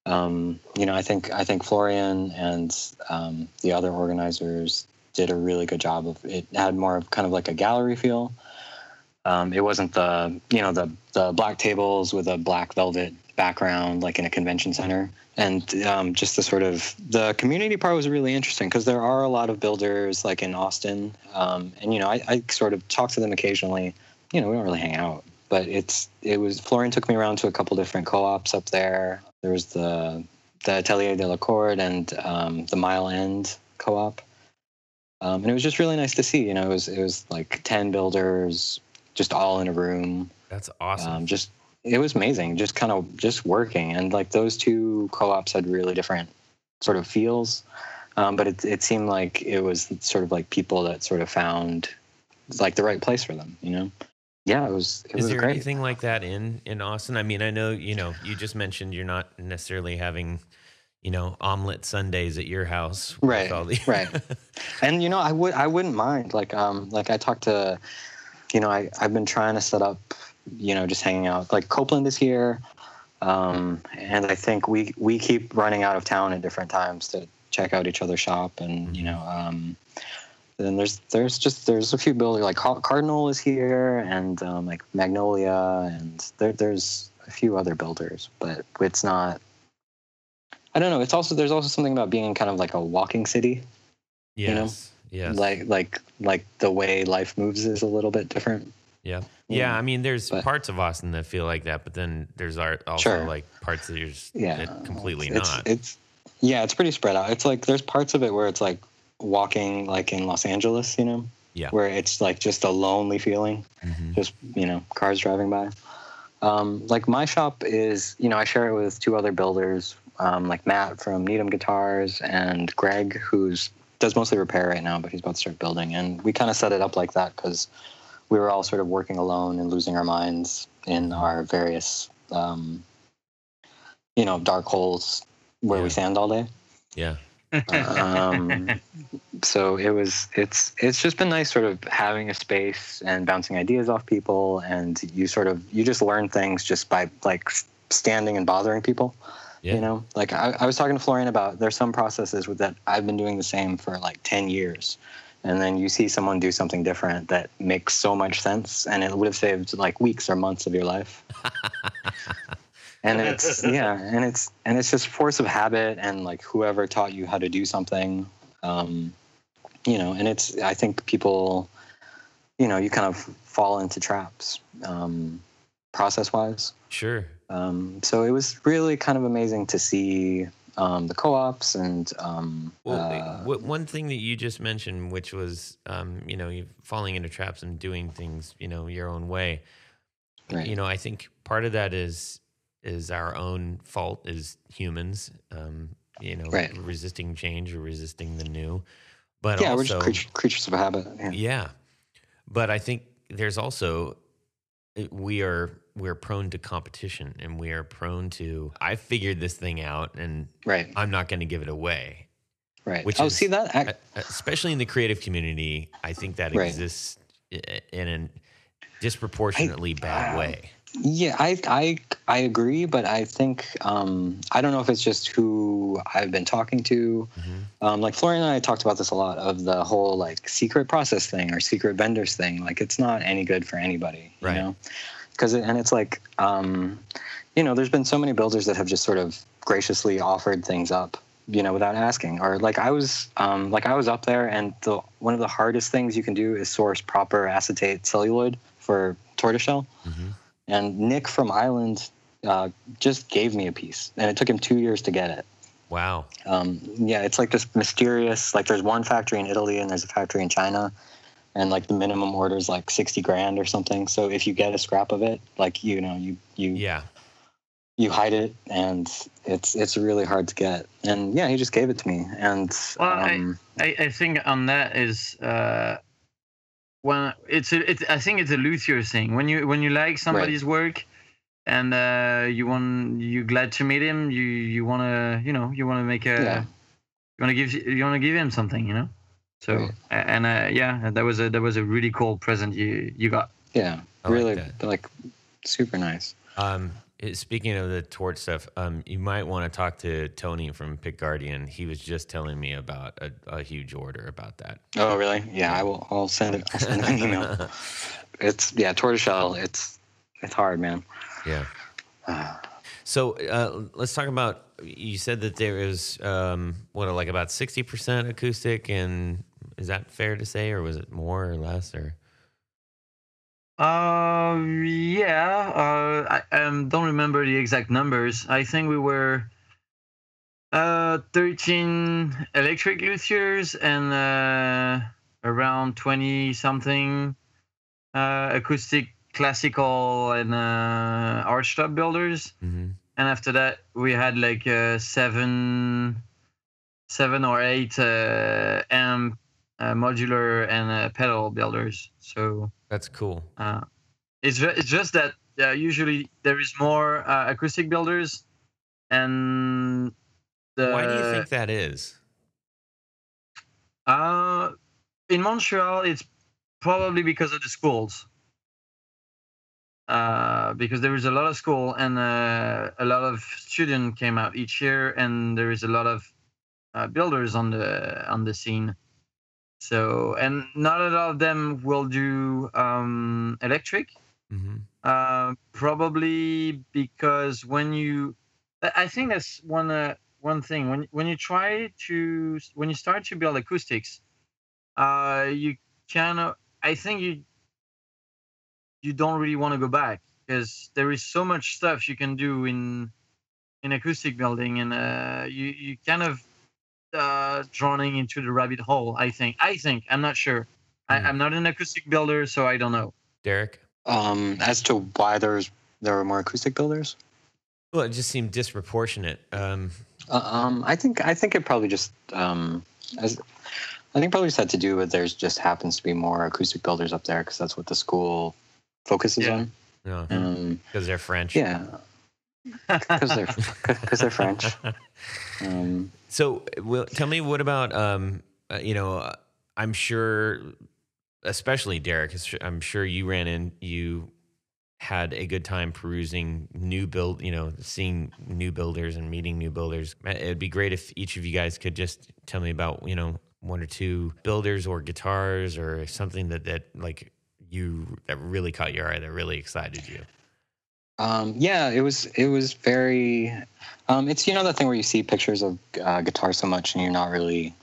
Speaker 3: um, you know, I think I think Florian and um, the other organizers did a really good job of it. Had more of kind of like a gallery feel. Um, it wasn't the you know the the black tables with a black velvet background like in a convention center, and um, just the sort of the community part was really interesting because there are a lot of builders like in Austin, um, and you know I, I sort of talk to them occasionally. You know, we don't really hang out, but it's it was Florian took me around to a couple different co-ops up there. There was the the Atelier de la Corde and um, the Mile End co-op, um, and it was just really nice to see. You know, it was it was like ten builders just all in a room.
Speaker 1: That's awesome.
Speaker 3: Um, just it was amazing. Just kind of just working, and like those two co-ops had really different sort of feels. Um, but it it seemed like it was sort of like people that sort of found like the right place for them. You know, yeah, it was it
Speaker 1: Is
Speaker 3: was
Speaker 1: there
Speaker 3: great.
Speaker 1: anything like that in in Austin? I mean, I know you know you just mentioned you're not necessarily having, you know, omelet Sundays at your house, with
Speaker 3: Right,
Speaker 1: all the-
Speaker 3: right. and you know i would i wouldn't mind like um like i talked to you know I, i've been trying to set up you know just hanging out like copeland is here um and i think we we keep running out of town at different times to check out each other's shop and you know um then there's there's just there's a few buildings like Ca- cardinal is here and um, like magnolia and there, there's a few other builders but it's not i don't know it's also there's also something about being in kind of like a walking city you know,
Speaker 1: yes, yes,
Speaker 3: like like like the way life moves is a little bit different. Mm.
Speaker 1: yeah,
Speaker 3: you
Speaker 1: yeah.
Speaker 3: know,
Speaker 1: I mean, there's
Speaker 3: but-
Speaker 1: parts of Austin that feel like that, but then there's ar- also
Speaker 3: Sure.
Speaker 1: like parts that, there's,
Speaker 3: Yeah,
Speaker 1: that completely
Speaker 3: it's,
Speaker 1: not.
Speaker 3: It's yeah, it's pretty spread out. It's like there's parts of it where it's like walking like in Los Angeles, you know,
Speaker 1: Yeah.
Speaker 3: where it's like just a lonely feeling,
Speaker 1: Mhm.
Speaker 3: just you know, cars driving by. Um, like my shop is, you know, I share it with two other builders, um, like Matt from Needham Guitars and Greg, who's does mostly repair right now, but he's about to start building. And we kind of set it up like that because we were all sort of working alone and losing our minds in our various, um, you know, dark holes where
Speaker 1: Yeah.
Speaker 3: we stand all day.
Speaker 1: Yeah,
Speaker 3: Um, so it was it's it's just been nice sort of having a space and bouncing ideas off people and you sort of you just learn things just by like s- standing and bothering people
Speaker 1: yeah,
Speaker 3: you know like I, I was talking to florian about there's some processes with that i've been doing the same for like 10 years and then you see someone do something different that makes so much sense and it would have saved like weeks or months of your life and it's yeah and it's and it's just force of habit and like whoever taught you how to do something um you know and it's i think people you know you kind of fall into traps um process wise
Speaker 1: sure.
Speaker 3: um, so it was really kind of amazing to see um, the co-ops and um,
Speaker 1: Well,
Speaker 3: uh,
Speaker 1: w- one thing that you just mentioned, which was, um, you know, you falling into traps and doing things, you know, your own way.
Speaker 3: Right.
Speaker 1: You know, I think part of that is is our own fault as humans. Um, you know,
Speaker 3: Right.
Speaker 1: resisting change or resisting the new. But
Speaker 3: yeah,
Speaker 1: also,
Speaker 3: we're just creature, creatures of habit. Yeah.
Speaker 1: yeah, but I think there's also it- we are we're prone to competition and we are prone to I figured this thing out and
Speaker 3: Right,
Speaker 1: I'm not going to give it away
Speaker 3: right.
Speaker 1: Which
Speaker 3: oh,
Speaker 1: is-
Speaker 3: see that? I,
Speaker 1: uh, especially in the creative community, I think that
Speaker 3: Right.
Speaker 1: exists i- in a disproportionately bad
Speaker 3: uh,
Speaker 1: way.
Speaker 3: yeah, I, I, I agree, but I think um, I don't know if it's just who I've been talking to.
Speaker 1: Mhm.
Speaker 3: Um, like Florian and I talked about this a lot of the whole like secret process thing or secret vendors thing. Like it's not any good for anybody, you
Speaker 1: Right.
Speaker 3: know. Because it, and it's like, um, you know, there's been so many builders that have just sort of graciously offered things up, you know, without asking. Or like I was, um, like I was up there, and the one of the hardest things you can do is source proper acetate celluloid for tortoiseshell.
Speaker 1: Mhm.
Speaker 3: And Nick from Island uh, just gave me a piece, and it took him two years to get it
Speaker 1: Wow.
Speaker 3: um, yeah, it's like this mysterious. Like, there's one factory in Italy and there's a factory in China, and like the minimum order is like sixty grand or something. So if you get a scrap of it, like you know, you you
Speaker 1: Yeah.
Speaker 3: you hide it, and it's it's really hard to get. And yeah, he just gave it to me, and
Speaker 2: Well, I-
Speaker 3: um,
Speaker 2: I, I think on that is uh, when it's a, it, I think it's a luthier thing when you when you like somebody's work and uh, you want you glad to meet him you you want to you know you want to make a
Speaker 3: Yeah.
Speaker 2: you want to give you want to give him something you know so
Speaker 3: Right.
Speaker 2: a- and uh, yeah that was a that was a really cool present you you got
Speaker 3: yeah,
Speaker 1: I like
Speaker 3: really
Speaker 1: that.
Speaker 3: like super nice.
Speaker 1: Um, it- speaking of the torch stuff, um, you might want to talk to Tony from Pick Guardian. He was just telling me about a, a huge order about that.
Speaker 3: Oh really? Yeah, I will. I'll send it. I'll send him an email. It's yeah, tortoiseshell. It's it's hard, man.
Speaker 1: yeah. So uh, let's talk about. You said that there is um, what, like about sixty percent acoustic, and is that fair to say, or was it more or less, or?
Speaker 2: Uh, um, yeah. Uh, I um, don't remember the exact numbers. I think we were Uh, 13 electric luthiers and uh, around 20 something uh, acoustic, classical, and uh, arch top builders.
Speaker 1: Mm-hmm.
Speaker 2: And after that, we had like uh, seven, seven or eight uh, amp uh, modular and uh, pedal builders. So
Speaker 1: That's cool.
Speaker 2: uh, it's ju- it's just that uh, usually there is more uh, acoustic builders, and the,
Speaker 1: Why do you think that is?
Speaker 2: Uh, in Montreal, it's probably because of the schools. Uh, because there is a lot of school and uh, a lot of student came out each year, and there is a lot of uh, builders on the on the scene. So, and not a lot of them will do um, electric.
Speaker 1: Mm-hmm.
Speaker 2: Uh, probably because when you, I I think that's one uh, one thing when when you try to when you start to build acoustics, uh, you kind of I think you you don't really want to go back because there is so much stuff you can do in in acoustic building and uh, you you kind of uh, drowning into the rabbit hole. I think I think I'm not sure. I,
Speaker 1: Mm.
Speaker 2: I'm not an acoustic builder, so I don't know.
Speaker 1: Derek?
Speaker 3: Um, as to why there's there are more acoustic builders,
Speaker 1: Well, it just seemed disproportionate. Um,
Speaker 3: Uh, um, I think I think it probably just um, as, I think probably just had to do with there's just happens to be more acoustic builders up there because that's what the school focuses
Speaker 2: Yeah.
Speaker 3: on.
Speaker 1: no,
Speaker 3: Um,
Speaker 1: because they're French.
Speaker 3: yeah, because they're because they're French. Um,
Speaker 1: So, will, tell me, what about um, uh, you know? uh, I'm sure, especially Derek. is- I'm sure you ran in. You had a good time perusing new build. You know, seeing new builders and meeting new builders. Uh, It'd be great if each of you guys could just tell me about you know one or two builders or guitars or something that that like you that really caught your eye that really excited you.
Speaker 3: um, yeah, it was it was very. Um, it's you know that thing where you see pictures of uh, guitar so much and you're not really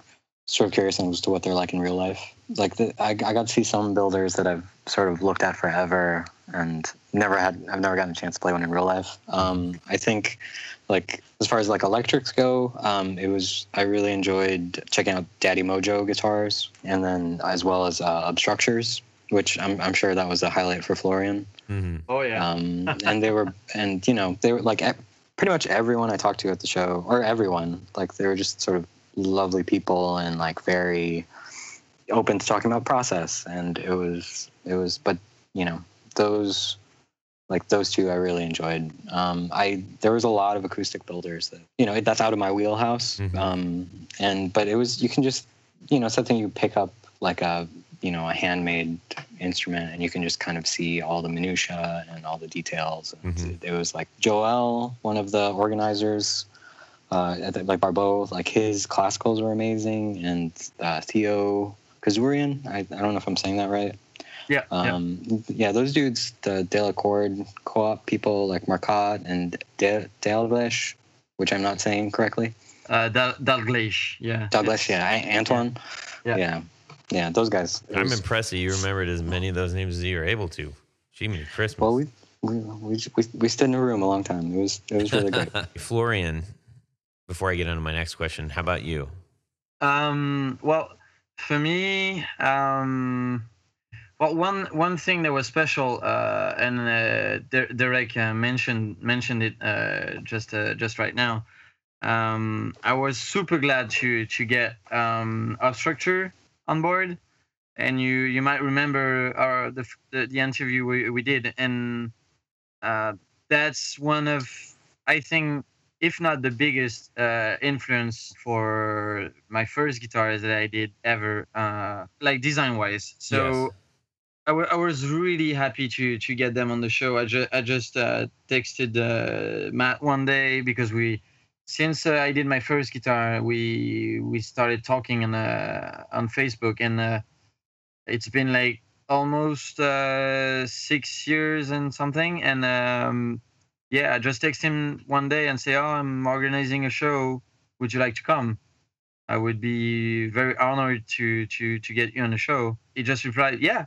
Speaker 3: sort of curious as to what they're like in real life. Like the, I, I got to see some builders that I've sort of looked at forever and never had. I've never gotten a chance to play one in real life. Um, I think, like as far as like electrics go, um, it was I really enjoyed checking out Daddy Mojo guitars and then as well as uh, Obstructures, which I'm, I'm sure that was a highlight for Florian
Speaker 1: hmm
Speaker 2: Oh yeah.
Speaker 3: um, and they were and you know they were like e- pretty much everyone i talked to at the show or everyone like they were just sort of lovely people and like very open to talking about process and it was it was but you know those like those two i really enjoyed um i there was a lot of acoustic builders that you know that's out of my wheelhouse
Speaker 1: Mhm.
Speaker 3: um and but it was you can just you know something you pick up like a you know a handmade instrument and you can just kind of see all the minutia and all the details and
Speaker 1: Mhm.
Speaker 3: it was like joel one of the organizers uh, at the- like barbeau like his classicals were amazing and uh, theo kazurian I, I don't know if i'm saying that right
Speaker 2: yeah. yeah.
Speaker 3: um, yeah. those dudes the delacord co-op people like marcotte and De- Dalglish, which i'm not saying correctly
Speaker 2: Uh, Dal- Dalglish, yeah.
Speaker 3: Douglas, yeah, I, Antoine,
Speaker 2: Yeah.
Speaker 3: yeah. yeah, those guys. It
Speaker 1: I'm
Speaker 3: was-
Speaker 1: impressed that you remembered as many of those names as you were able to. Gee, many Christmas.
Speaker 3: Well, we, we we we we stood in a room a long time. It was it was really great.
Speaker 1: Florian, before I get into my next question, how about you?
Speaker 2: Um, well, for me, um, well, one one thing that was special, uh, and uh, Der- Derek uh, mentioned mentioned it uh, just uh, just right now. Um, I was super glad to to get um, Obstructure on board, and you you might remember our the f- the, the interview we, we did, and uh, that's one of I think if not the biggest uh, influence for my first guitars that I did ever, uh, like design wise. So
Speaker 1: Yes.
Speaker 2: I, w- I was really happy to to get them on the show. I, ju- I just uh, texted uh, Matt one day because we, since uh, I did my first guitar, we we started talking on uh, on Facebook, and uh, it's been like almost uh, six years and something. And um, yeah, I just text him one day and say, "Oh, I'm organizing a show. Would you like to come?" I would be very honored to to to get you on the show. He just replied, "Yeah,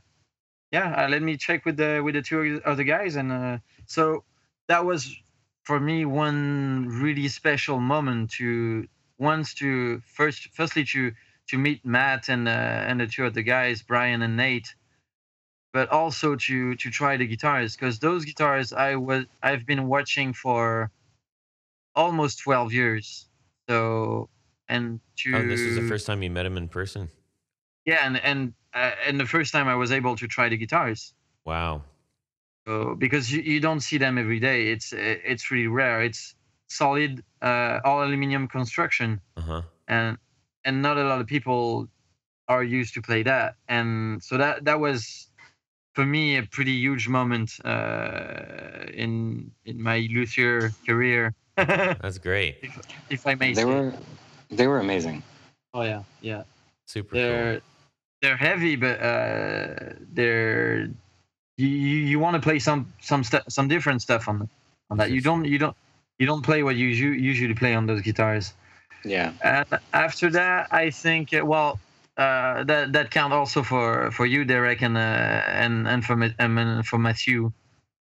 Speaker 2: yeah. Uh, let me check with the with the two other guys." And uh, so that was for me one really special moment to once to first firstly to to meet Matt and uh, and the two other guys Brian and Nate, but also to to try the guitars because those guitars I was I've been watching for almost twelve years. So and to
Speaker 1: Oh, this is
Speaker 2: Mm.
Speaker 1: the first time you met him in person.
Speaker 2: yeah and and uh, and the first time I was able to try the guitars.
Speaker 1: Wow.
Speaker 2: So because you, you don't see them every day, it's it's really rare. It's solid uh, all aluminium construction.
Speaker 1: Uh huh.
Speaker 2: and and not a lot of people are used to play that and so that that was for me a pretty huge moment uh, in in my luthier career
Speaker 1: That's great.
Speaker 2: if i may
Speaker 3: They
Speaker 2: say.
Speaker 3: were they were amazing.
Speaker 2: oh yeah yeah
Speaker 1: Super
Speaker 2: they're
Speaker 1: cool.
Speaker 2: they're heavy but uh they're you you, you want to play some some stuff some different stuff on on that you don't you don't you don't play what you usu- usually play on those guitars
Speaker 3: Yeah.
Speaker 2: And after that, I think uh, well, uh, that that count also for for you, Derek, and uh, and and for Ma- and and for Matthew,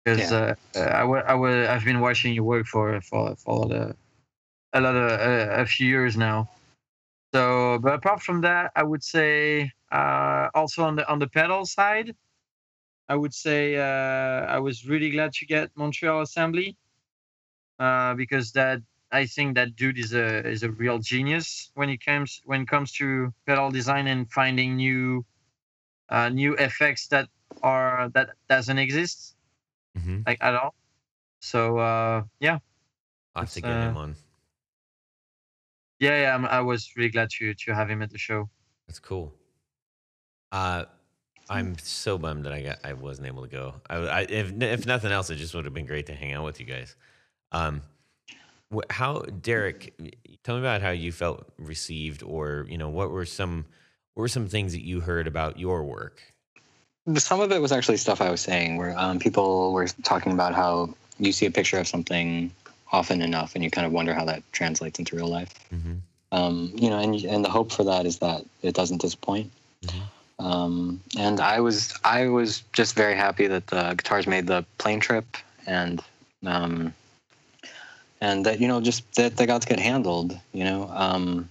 Speaker 2: because
Speaker 3: Yeah.
Speaker 2: uh, I wa- I wa- I've been watching your work for for for the, a lot of uh, a few years now. So, but apart from that, I would say uh, also on the on the pedal side, I would say uh, I was really glad to get Montreal Assembly uh, because that I think that dude is a is a real genius when it comes when it comes to pedal design and finding new uh, new effects that are that doesn't exist
Speaker 1: hmm
Speaker 2: like at all. So uh, yeah,
Speaker 1: I'll have to
Speaker 2: it's,
Speaker 1: get
Speaker 2: uh,
Speaker 1: him on.
Speaker 2: yeah, yeah. I'm, I was really glad to to have him at the show.
Speaker 1: That's cool. Uh, I'm so bummed that I got I wasn't able to go. I, I if if nothing else, it just would have been great to hang out with you guys. Um, wh- how Derek, tell me about how you felt received, or you know, what were some what were some things that you heard about your work?
Speaker 3: some of it was actually stuff I was saying where um, people were talking about how you see a picture of something often enough and you kind of wonder how that translates into real life.
Speaker 1: Mm-hmm.
Speaker 3: Um, you know, and, and the hope for that is that it doesn't disappoint.
Speaker 1: Mhm.
Speaker 3: Um, and I was I was just very happy that the guitars made the plane trip and um, and that you know just that they got to get handled. You know, um,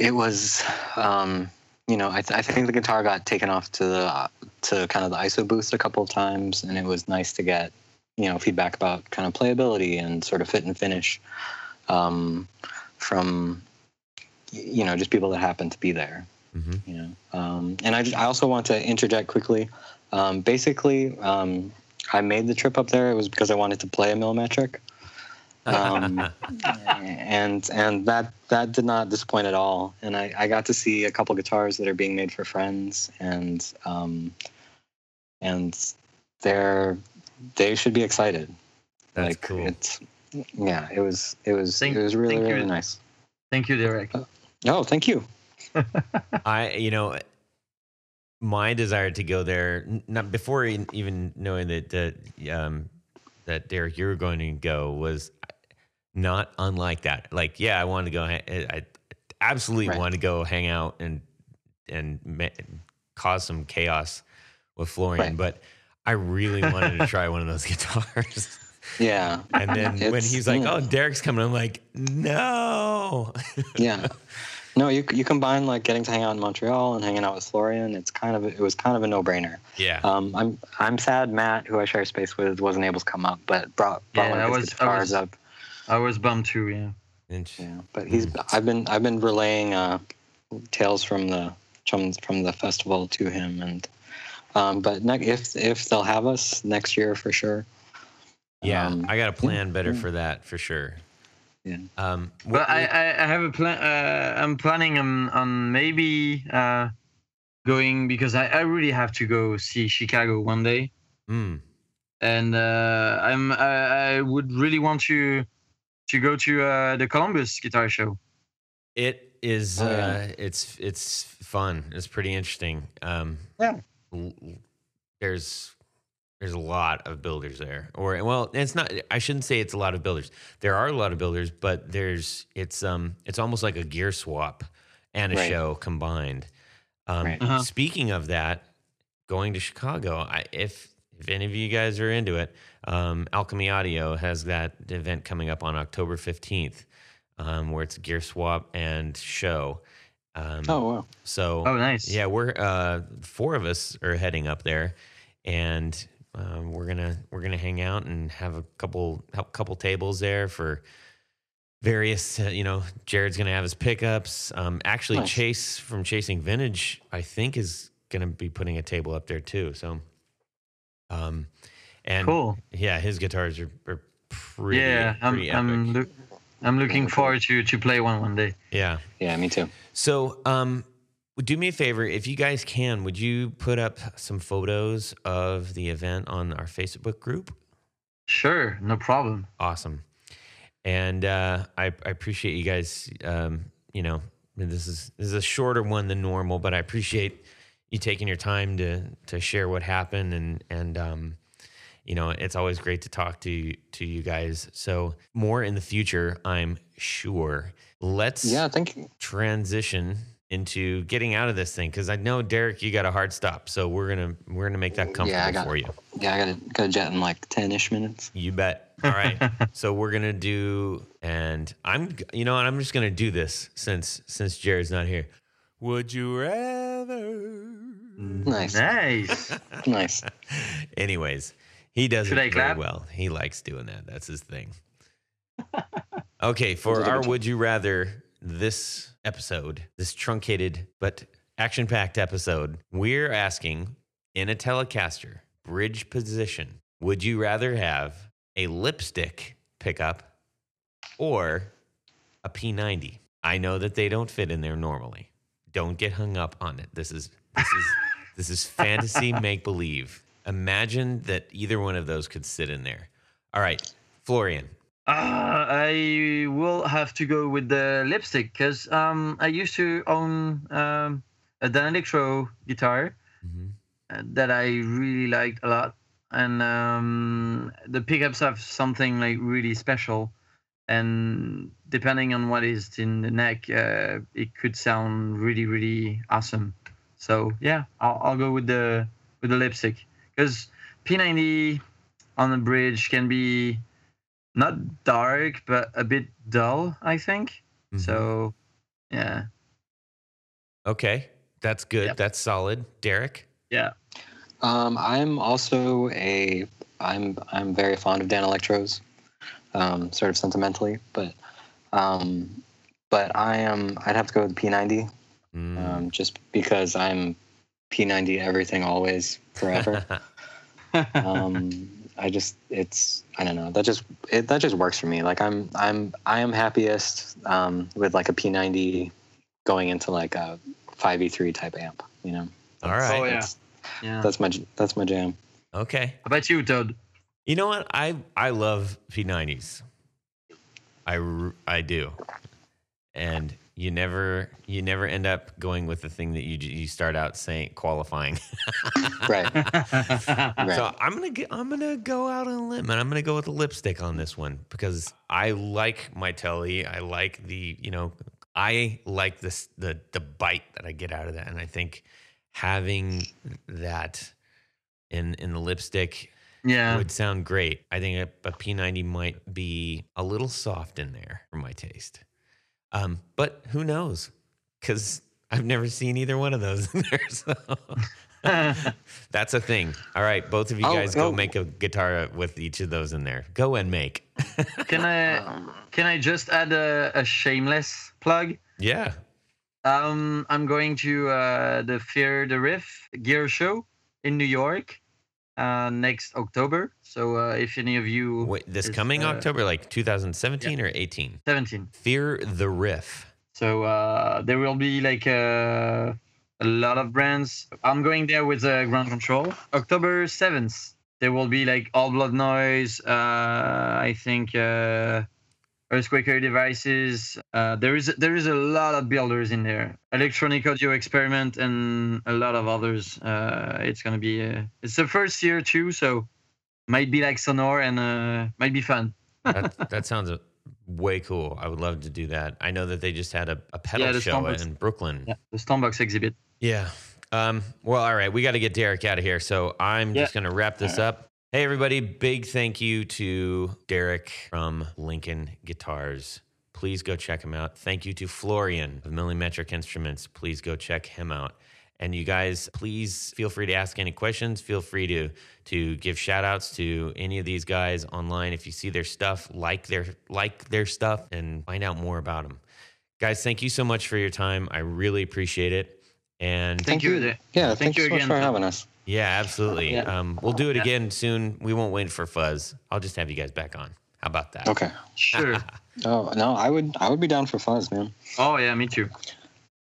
Speaker 3: it was um, you know I, th- I think the guitar got taken off to the to kind of the ISO booth a couple of times, and it was nice to get you know feedback about kind of playability and sort of fit and finish um, from y- you know just people that happen to be there
Speaker 1: Mm-hmm.
Speaker 3: you know um, and I, I also want to interject quickly um, basically um, i made the trip up there it was because i wanted to play a millimetric um, and and that that did not disappoint at all and I, I got to see a couple guitars that are being made for friends and um, and they're they should be excited
Speaker 1: That's
Speaker 3: like
Speaker 1: cool.
Speaker 3: it's yeah it was it was
Speaker 2: Thank-
Speaker 3: it was really
Speaker 2: thank you.
Speaker 3: really nice
Speaker 2: Thank you, Derek.
Speaker 3: oh thank you
Speaker 1: I, you know, my desire to go there, n- not before e- even knowing that that um, that Derek, you were going to go, was uh, not unlike that. Like, yeah, I wanted to go. ha- I I absolutely
Speaker 3: Right.
Speaker 1: want to go hang out and and ma- cause some chaos with Florian,
Speaker 3: Right.
Speaker 1: but I really wanted to try one of those guitars.
Speaker 3: yeah
Speaker 1: And then when
Speaker 3: It's-
Speaker 1: he's like,
Speaker 3: yeah.
Speaker 1: "Oh, Derek's coming," I'm like, "No."
Speaker 3: yeah no you, you combine like getting to hang out in montreal and hanging out with florian it's kind of it was kind of a no-brainer
Speaker 1: yeah.
Speaker 3: um, i'm i'm sad matt who i share space with wasn't able to come up but brought, brought
Speaker 2: Yeah,
Speaker 3: one
Speaker 2: I
Speaker 3: of his
Speaker 2: was- I
Speaker 3: guitars
Speaker 2: was-
Speaker 3: up
Speaker 2: I was bummed too. Yeah.
Speaker 1: Inch-
Speaker 3: yeah but he's i've been i've been relaying uh tales from the from, from the festival to him and um, but ne- if if they'll have us next year for sure
Speaker 1: Yeah,
Speaker 3: Um,
Speaker 1: I got a plan better
Speaker 3: yeah.
Speaker 1: for that for sure.
Speaker 3: Yeah.
Speaker 1: Um, wh-
Speaker 2: Well, I, I, I have a plan. Uh, I'm planning on on maybe uh, going because I, I really have to go see Chicago one day.
Speaker 1: mm,
Speaker 2: and uh, I'm I, I would really want to to go to uh, the Columbus guitar show.
Speaker 1: it is.
Speaker 3: Oh, yeah.
Speaker 1: uh, It's it's fun. It's pretty interesting. Um,
Speaker 3: Yeah.
Speaker 1: l- l- There's there's a lot of builders there, or well, it's not. I shouldn't say it's a lot of builders. There are a lot of builders, but there's it's um it's almost like a gear swap and a
Speaker 3: Right.
Speaker 1: show combined. Um,
Speaker 3: Right.
Speaker 2: Uh-huh.
Speaker 1: Speaking of that, going to Chicago, I, if if any of you guys are into it, um, Alchemy Audio has that event coming up on October 15th, um, where it's gear swap and show. Um,
Speaker 3: Oh wow.
Speaker 1: So,
Speaker 2: Oh, nice.
Speaker 1: yeah, we're uh, four of us are heading up there, and um, we're gonna we're gonna hang out and have a couple a couple tables there for various. Uh, you know, Jared's gonna have his pickups. Um, actually,
Speaker 3: Nice.
Speaker 1: Chase from Chasing Vintage, I think, is gonna be putting a table up there too. So, um, and
Speaker 2: Cool.
Speaker 1: yeah, his guitars are, are pretty
Speaker 2: Yeah, I'm
Speaker 1: pretty epic.
Speaker 2: I'm, loo- I'm looking forward to to play one one day.
Speaker 1: yeah.
Speaker 3: Yeah, me too.
Speaker 1: So, um, do me a favor if you guys can, would you put up some photos of the event on our Facebook group?
Speaker 2: Sure, no problem.
Speaker 1: Awesome, and uh, I, I appreciate you guys. Um, you know, this is this is a shorter one than normal, but I appreciate you taking your time to to share what happened and and um, you know, it's always great to talk to to you guys. So more in the future, I'm sure. Let's
Speaker 3: Yeah, thank you.
Speaker 1: transition into getting out of this thing because I know Derek, you got a hard stop, so we're gonna we're gonna make that comfortable
Speaker 3: Yeah, I got
Speaker 1: for
Speaker 3: it.
Speaker 1: you.
Speaker 3: Yeah, I got to got to jet in like ten ish minutes.
Speaker 1: You bet. All right, so we're gonna do, and I'm you know, and I'm just gonna do this since since Jared's not here. Would you rather?
Speaker 2: Mm.
Speaker 3: Nice,
Speaker 2: Nice.
Speaker 3: nice.
Speaker 1: Anyways, he does
Speaker 2: Should
Speaker 1: it very
Speaker 2: I clap?
Speaker 1: well. He likes doing that. That's his thing. okay, for
Speaker 3: Sounds like a
Speaker 1: our
Speaker 3: tr-
Speaker 1: would you rather this episode, this truncated but action-packed episode, we're asking in a Telecaster bridge position, would you rather have a lipstick pickup or a P90? I know that they don't fit in there normally. Don't get hung up on it. This is this is this is fantasy make believe. Imagine that either one of those could sit in there. All right, Florian.
Speaker 2: Uh, I will have to go with the lipstick because um, I used to own um, a Dan Electro guitar uh, that I really liked a lot, and um, the pickups have something like really special, and depending on what is in the neck, uh, it could sound really really awesome. So yeah, I'll, I'll go with the with the lipstick because P90 on the bridge can be not dark but a bit dull i think so yeah
Speaker 1: okay, that's good.
Speaker 2: Yep.
Speaker 1: That's solid, Derek.
Speaker 2: yeah
Speaker 3: Um, I'm also a I'm I'm very fond of Dan Electros, um, sort of sentimentally, but um, but I am I'd have to go with P90
Speaker 1: Mm.
Speaker 3: um, just because I'm P90 everything always forever. um, I just it's I don't know that just it, that just works for me. Like I'm I'm I am happiest um, with like a P90 going into like a 5e3 type amp. You know,
Speaker 1: All right.
Speaker 2: Oh, yeah.
Speaker 3: That's-
Speaker 2: yeah
Speaker 3: that's my that's my jam.
Speaker 1: Okay.
Speaker 2: how about you todd
Speaker 1: You know what? I I love P90s. I r- I do. And you never you never end up going with the thing that you j- you start out saying qualifying.
Speaker 3: right. Right.
Speaker 1: So I'm gonna get, I'm gonna go out on a limb and I'm gonna go with the lipstick on this one because I like my telly. I like the you know I like this the the bite that I get out of that, and I think having that in in the lipstick
Speaker 2: yeah
Speaker 1: would sound great. I think a, a P90 might be a little soft in there for my taste, um, but who knows? Because I've never seen either one of those in there, so. That's a thing. All right, both of you
Speaker 3: Oh,
Speaker 1: guys go
Speaker 3: oh.
Speaker 1: make a guitar with each of those in there. Go and make.
Speaker 2: can i can i just add a, a shameless plug
Speaker 1: Yeah.
Speaker 2: um i'm going to uh the fear the riff gear show in new york uh next october so uh if any of you
Speaker 1: Wait, this
Speaker 2: Is,
Speaker 1: coming
Speaker 2: uh,
Speaker 1: October, like 2017 or 18?
Speaker 2: 17
Speaker 1: Fear the Riff.
Speaker 2: So uh, there will be like uh, a lot of brands. I'm going there with uh, Ground Control. October 7th, there will be like All Blood Noise, uh, I think uh, Earthquaker Devices. Uh, there is there is a lot of builders in there. Electronic Audio Experiment and a lot of others. Uh, it's going to be, uh, it's the first year too, so might be like Sonor and uh, might be fun.
Speaker 1: That, that sounds uh, way cool. I would love to do that. I know that they just had a, a pedal
Speaker 2: the
Speaker 1: show
Speaker 2: Stompers.
Speaker 1: in Brooklyn. Yeah.
Speaker 2: The Stormbox exhibit.
Speaker 1: Um, well, all right, we got to get Derek out of here, so I'm
Speaker 3: Yeah.
Speaker 1: just going to wrap this up. Hey, everybody! Big thank you to Derek from Lincoln Guitars. Please go check him out. Thank you to Florian of Millimetric Instruments. Please go check him out. And you guys, please feel free to ask any questions. Feel free to to give shout outs to any of these guys online. If you see their stuff, like their like their stuff and find out more about them. Guys, thank you so much for your time. I really appreciate it. And
Speaker 2: Thank you. Th-
Speaker 3: Yeah,
Speaker 2: Thank
Speaker 3: thank
Speaker 2: you
Speaker 3: you so much
Speaker 2: again,
Speaker 3: for
Speaker 2: Phil.
Speaker 3: having us.
Speaker 1: yeah, absolutely.
Speaker 3: Yeah.
Speaker 1: Um, we'll do it
Speaker 2: Yeah.
Speaker 1: again soon. We won't wait for Fuzz. I'll just have you guys back on. How about that?
Speaker 3: Okay.
Speaker 2: Sure.
Speaker 3: Oh no, I would I would be down for fuzz, man.
Speaker 2: oh yeah, me too.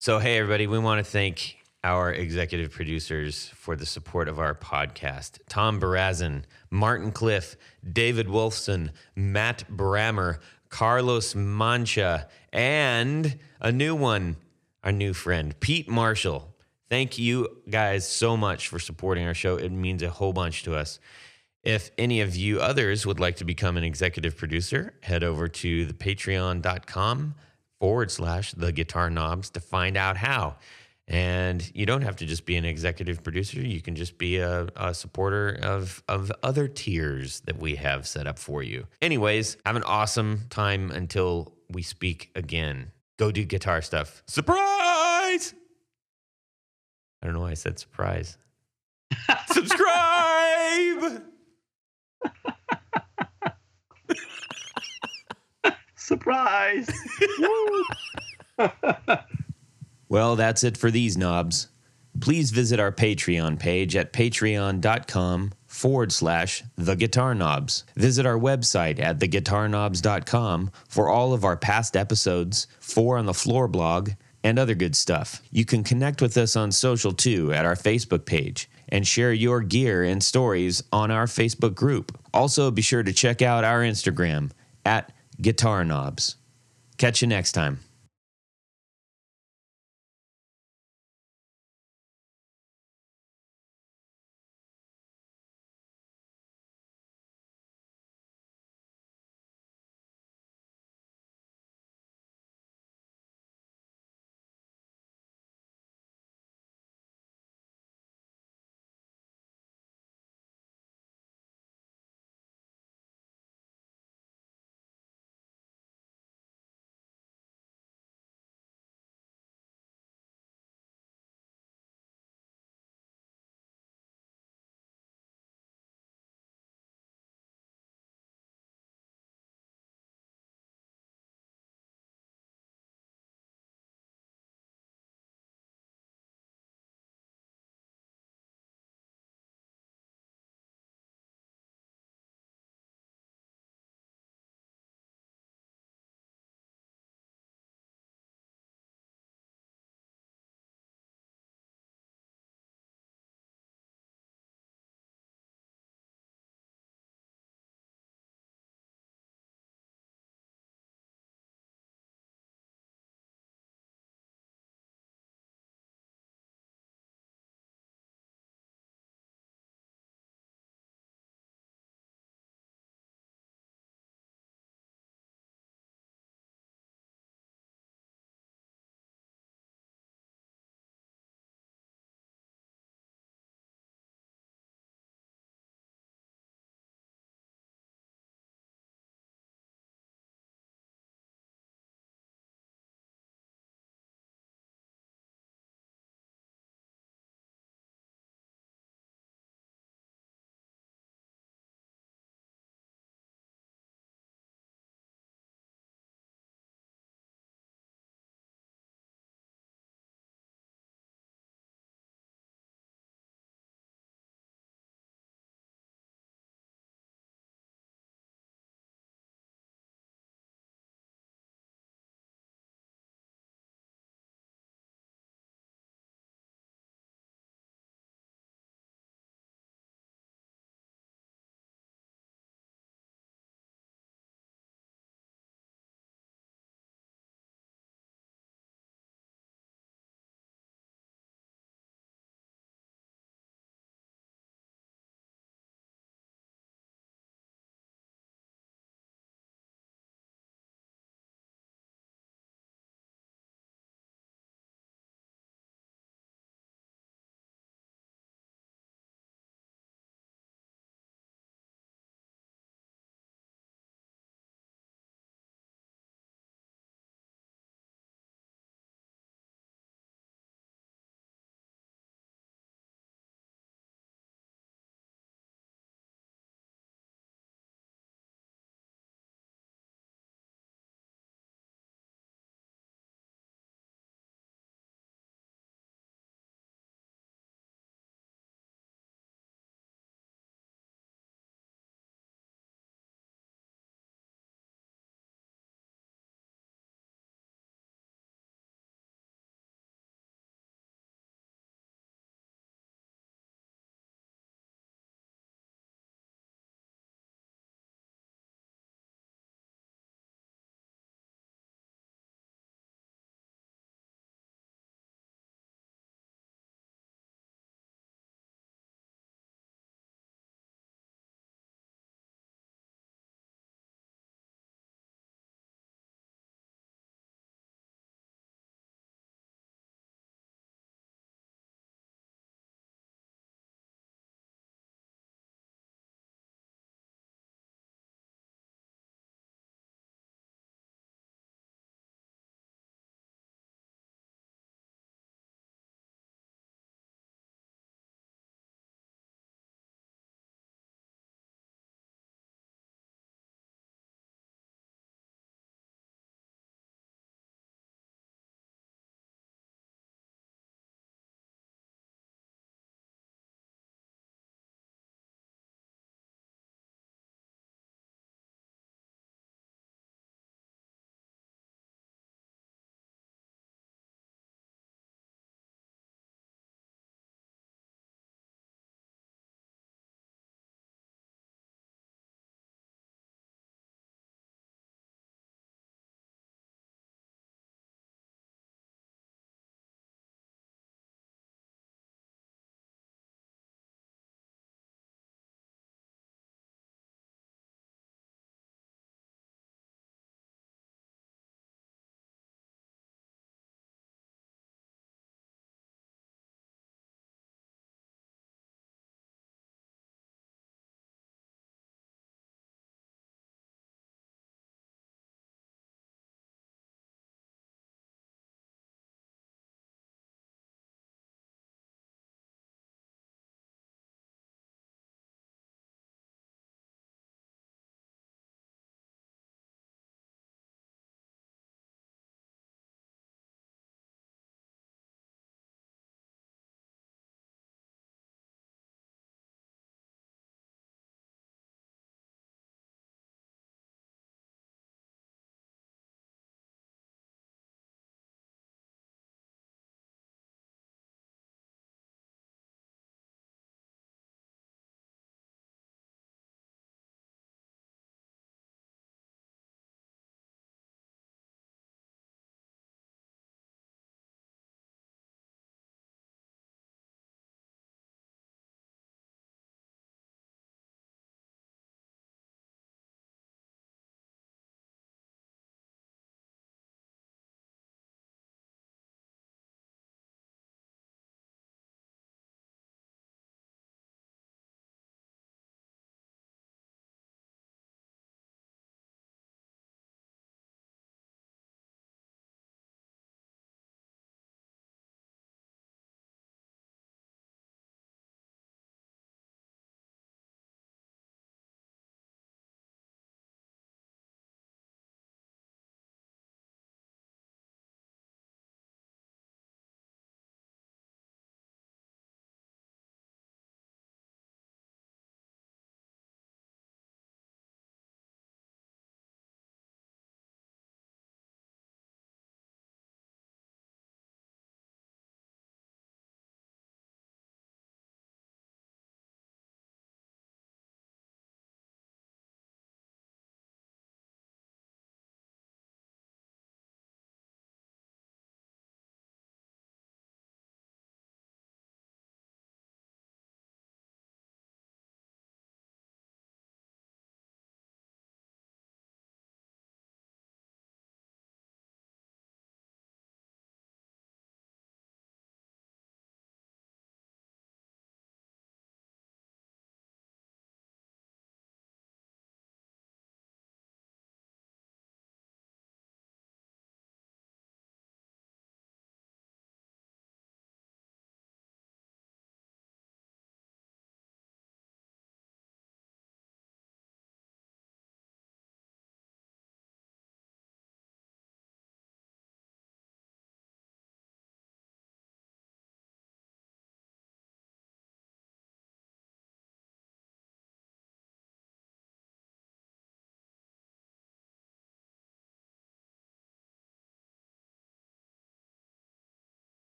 Speaker 1: So, hey, everybody, we want to thank our executive producers for the support of our podcast Tom Barazin, Martin Cliff, David Wolfson, Matt Brammer, Carlos Mancha, and a new one, our new friend, Pete Marshall. Thank you guys so much for supporting our show. It means a whole bunch to us. If any of you others would like to become an executive producer, head over to the patreon.com forward slash the guitar knobs to find out how. And you don't have to just be an executive producer. You can just be a, a supporter of, of other tiers that we have set up for you. Anyways, have an awesome time until we speak again. Go do guitar stuff. Surprise! I don't know why I said surprise. Subscribe!
Speaker 2: Surprise. Woo.
Speaker 1: Well, that's it for these knobs. Please visit our Patreon page at patreon.com forward slash the guitar knobs. Visit our website at theguitarknobs.com for all of our past episodes, four on the floor blog, and other good stuff. You can connect with us on social too at our Facebook page and share your gear and stories on our Facebook group. Also, be sure to check out our Instagram at guitar knobs. Catch you next time.